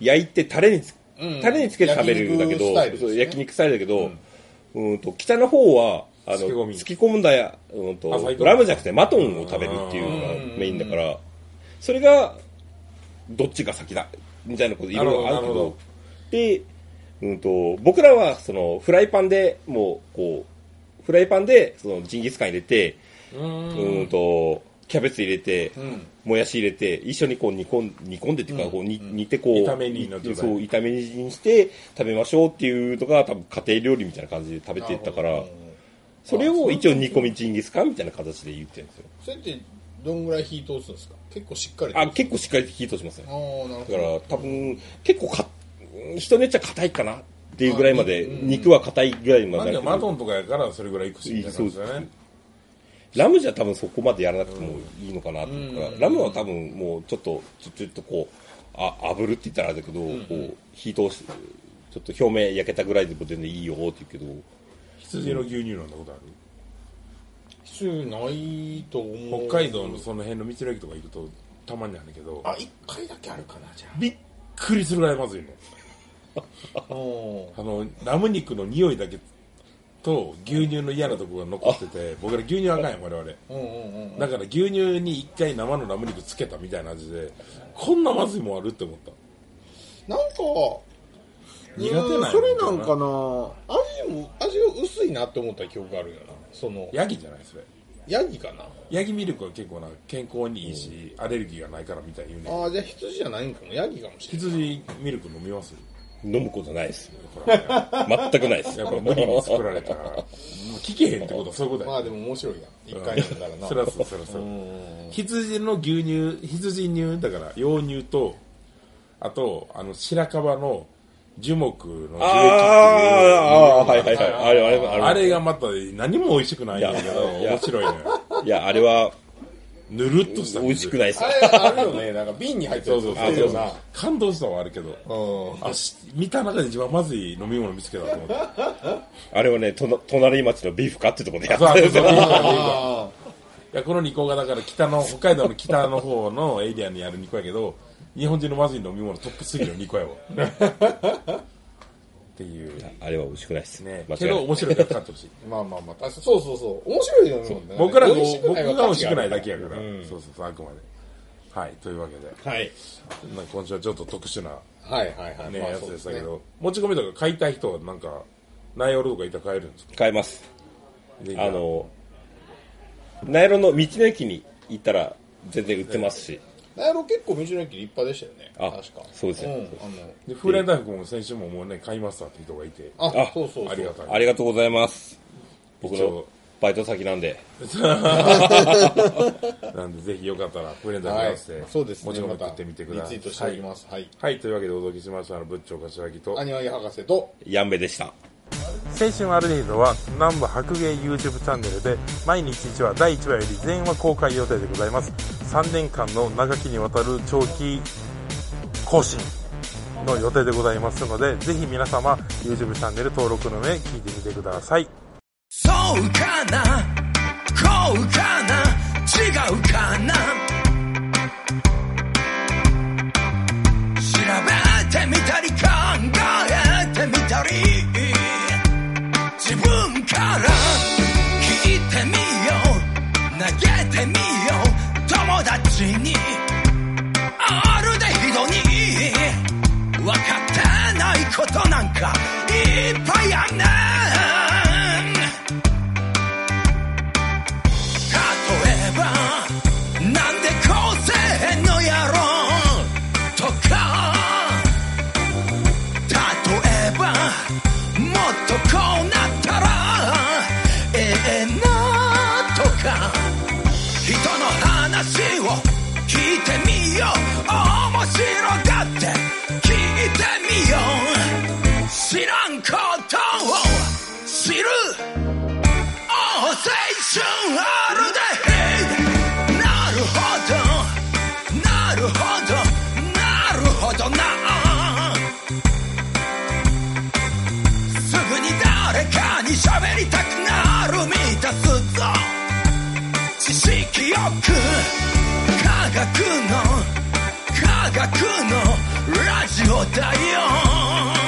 [SPEAKER 4] 焼いてタレにつ、
[SPEAKER 3] うん
[SPEAKER 4] タレにつけて食べるんだ
[SPEAKER 3] 焼
[SPEAKER 4] け
[SPEAKER 3] 肉ス
[SPEAKER 4] ど、
[SPEAKER 3] タイルですね
[SPEAKER 4] そう焼肉スタイルだけど、うん、と、北の方は、あの、
[SPEAKER 2] 漬け込み
[SPEAKER 4] 漬け込んだや、うん
[SPEAKER 2] あ最高
[SPEAKER 4] と、ラムじゃなくてマトンを食べるっていうのがメインだから、それが、どっちが先だ、みたいなこといろいろあるけ
[SPEAKER 2] なるほどなるほど、
[SPEAKER 4] どで、うんと、僕らは、その、フライパンでもう、こう、フライパンで、その、ジンギスカン入れて、うーんと、キャベツ入れて、
[SPEAKER 3] ん
[SPEAKER 4] もやし入れて、一緒にこう煮込ん煮込んでっていうか、こう煮煮てこう、
[SPEAKER 2] 炒め煮の状態
[SPEAKER 4] そう、炒め煮にして食べましょうっていうのが多分家庭料理みたいな感じで食べていったから、それを一応煮込みジンギスカンみたいな形で言ってるんですよ。
[SPEAKER 3] それってどんぐらい火通すんですか結構しっかり
[SPEAKER 4] あ、結構しっかり火通しますね。
[SPEAKER 3] ああなる
[SPEAKER 4] だか
[SPEAKER 3] ほ
[SPEAKER 4] ら多分、結構か、人によっちゃ硬いかなっていうぐらいまで、肉は硬いぐらいま
[SPEAKER 2] まあ、
[SPEAKER 4] で
[SPEAKER 2] で
[SPEAKER 4] な
[SPEAKER 2] も
[SPEAKER 4] る
[SPEAKER 2] マ
[SPEAKER 4] けど
[SPEAKER 2] トンとかやからそれぐらいいくしみたいな感じだ
[SPEAKER 4] そう
[SPEAKER 2] ね
[SPEAKER 4] でラムじゃ多分そこまでやらなくてもいいのかなというか、ラムは多分もうちょっと、ちょちょっとこう、あ炙るって言ったらあれだけど、こう火通し、ちょっと表面焼けたぐらいでも全然いいよって言うけど、
[SPEAKER 2] 羊の牛乳飲んだことある、
[SPEAKER 3] 必要ないと思う
[SPEAKER 2] 北海道のその辺の道の駅とか行くとたまにあるんだけど
[SPEAKER 3] あ一回だけあるかなじゃ
[SPEAKER 2] びっくりするぐらいまずいね
[SPEAKER 3] あうん
[SPEAKER 2] あのラム肉の匂いだけと牛乳の嫌なとこが残ってて僕ら牛乳あかんやん我々
[SPEAKER 3] うんうんうん
[SPEAKER 2] だから牛乳に一回生のラム肉つけたみたいな味でこんなまずいもんあるって思った
[SPEAKER 3] なんか、
[SPEAKER 2] 苦手なんやろ
[SPEAKER 3] う
[SPEAKER 2] なん
[SPEAKER 3] それなんかな味も味が薄いなって思った記憶があるよなその
[SPEAKER 2] ヤギじゃないそれ
[SPEAKER 3] ヤギかな
[SPEAKER 2] ヤギミルクは結構な健康にいいし、アレルギーがないからみたいに言うねん
[SPEAKER 3] ああじゃあ羊じゃないんかもヤギかもしれない
[SPEAKER 2] 羊ミルク飲みます
[SPEAKER 4] 飲むことないです。
[SPEAKER 2] ほらやっぱ
[SPEAKER 4] 全くな
[SPEAKER 2] [LAUGHS]
[SPEAKER 4] いです。
[SPEAKER 2] 無理に作られた
[SPEAKER 3] [LAUGHS]
[SPEAKER 2] らもう聞けへんってことはそういうことや
[SPEAKER 3] まあでも面白いな一回飲んだらな
[SPEAKER 2] そらそうそらそう羊の牛乳羊乳だから羊乳とあとあの白樺の樹木の樹液っていう
[SPEAKER 4] ああ、はいはいはい。あれ、あれ、あれ。
[SPEAKER 2] あれがまた何も美味しくないんだけど
[SPEAKER 4] いや
[SPEAKER 2] 面白いね
[SPEAKER 4] いや、あれは、
[SPEAKER 2] ぬるっとした
[SPEAKER 4] 美味しくない
[SPEAKER 2] い
[SPEAKER 4] です
[SPEAKER 3] あ。れあるよねなんか瓶に入って
[SPEAKER 2] そ
[SPEAKER 3] る
[SPEAKER 2] うそう
[SPEAKER 3] あ
[SPEAKER 2] そう
[SPEAKER 3] るよな
[SPEAKER 2] 感動したはあるけど
[SPEAKER 3] うん
[SPEAKER 2] あし見た中で一番まずい飲み物見つけたと思
[SPEAKER 4] [LAUGHS]
[SPEAKER 2] って
[SPEAKER 4] あれはね、とな隣町のビーフかってとこでやっ
[SPEAKER 2] そう
[SPEAKER 4] た
[SPEAKER 2] あ
[SPEAKER 4] んです [LAUGHS]
[SPEAKER 2] そう
[SPEAKER 4] よ。
[SPEAKER 2] いいからいいから
[SPEAKER 3] あ
[SPEAKER 2] いやこの2校がだから北の北海道の北の方のエリアにある2校やけど日本人のまずい飲み物トップ3の2校やわっていう
[SPEAKER 4] あれは美味しくないです。
[SPEAKER 2] ね
[SPEAKER 4] 間違
[SPEAKER 2] け
[SPEAKER 4] いな
[SPEAKER 2] ど
[SPEAKER 4] い。
[SPEAKER 2] 面白いから買ってほしい
[SPEAKER 3] あまあまあまあ確かそうそうそう面白いよねもん
[SPEAKER 2] 僕らが
[SPEAKER 3] 美味しく
[SPEAKER 2] 僕
[SPEAKER 3] ないは
[SPEAKER 2] が美味しくないだけやから、
[SPEAKER 3] うん
[SPEAKER 2] そうそうそうあくまではいというわけで
[SPEAKER 3] はい
[SPEAKER 2] なんか今週はちょっと特殊な、
[SPEAKER 3] はいはいはい
[SPEAKER 2] ね
[SPEAKER 3] まあ
[SPEAKER 2] やつ
[SPEAKER 3] そう
[SPEAKER 2] でした
[SPEAKER 3] ね
[SPEAKER 2] けど、持ち込みとか買いたい人はなんか内容とかいたら買えるんですか
[SPEAKER 4] 買えます。
[SPEAKER 2] で
[SPEAKER 4] あの、ナイロンの道の駅に行ったら全然売ってますし。
[SPEAKER 3] ナイロン結構道の駅立派でしたよね
[SPEAKER 4] あ
[SPEAKER 3] 確か
[SPEAKER 4] そうですね
[SPEAKER 3] うんあの
[SPEAKER 2] で風来大福も先週ももうね買いましたって人がいて
[SPEAKER 3] あ
[SPEAKER 4] あ
[SPEAKER 3] そうそうそう
[SPEAKER 2] ありがたい
[SPEAKER 4] ありがとうございます。僕
[SPEAKER 2] 一
[SPEAKER 4] の
[SPEAKER 2] 応
[SPEAKER 4] バイト先なんで。
[SPEAKER 2] なんでぜひよかったらプレゼント
[SPEAKER 3] は
[SPEAKER 2] 出
[SPEAKER 3] い
[SPEAKER 2] して、
[SPEAKER 3] そうです
[SPEAKER 2] も
[SPEAKER 3] ね
[SPEAKER 2] ちろん
[SPEAKER 3] ま
[SPEAKER 2] 送
[SPEAKER 3] た
[SPEAKER 2] ってみてください
[SPEAKER 3] リツイートしておきますはい
[SPEAKER 2] はい、というわけでお届けしましたのは仏頂柏木と
[SPEAKER 3] アニワギ博士と
[SPEAKER 4] ヤンベでした。
[SPEAKER 2] 青春アルディードは南部白芸 YouTube チャンネルで毎日1話第1話より全話公開予定でございます3年間の長きにわたる長期更新の予定でございますのでぜひ皆様 YouTube チャンネル登録の上聞いてみてください
[SPEAKER 1] そうかなこうかな違うかな調べてみたり考えてみたり自分から聞いてみよう投げてみよう友達にあるでひどに分かってないことなんかいっぱいあんねん例えばなんでこうせえんのやろとか例えばもっとこうなったらええなとか人の話を聞いてみよう面白がって聞いてみよう知らんことを知る青春あるでなるほどなるほどなるほどなすぐに誰かに喋りたくなる満たすぞ知識よく科学の科学のラジオだよ Oh,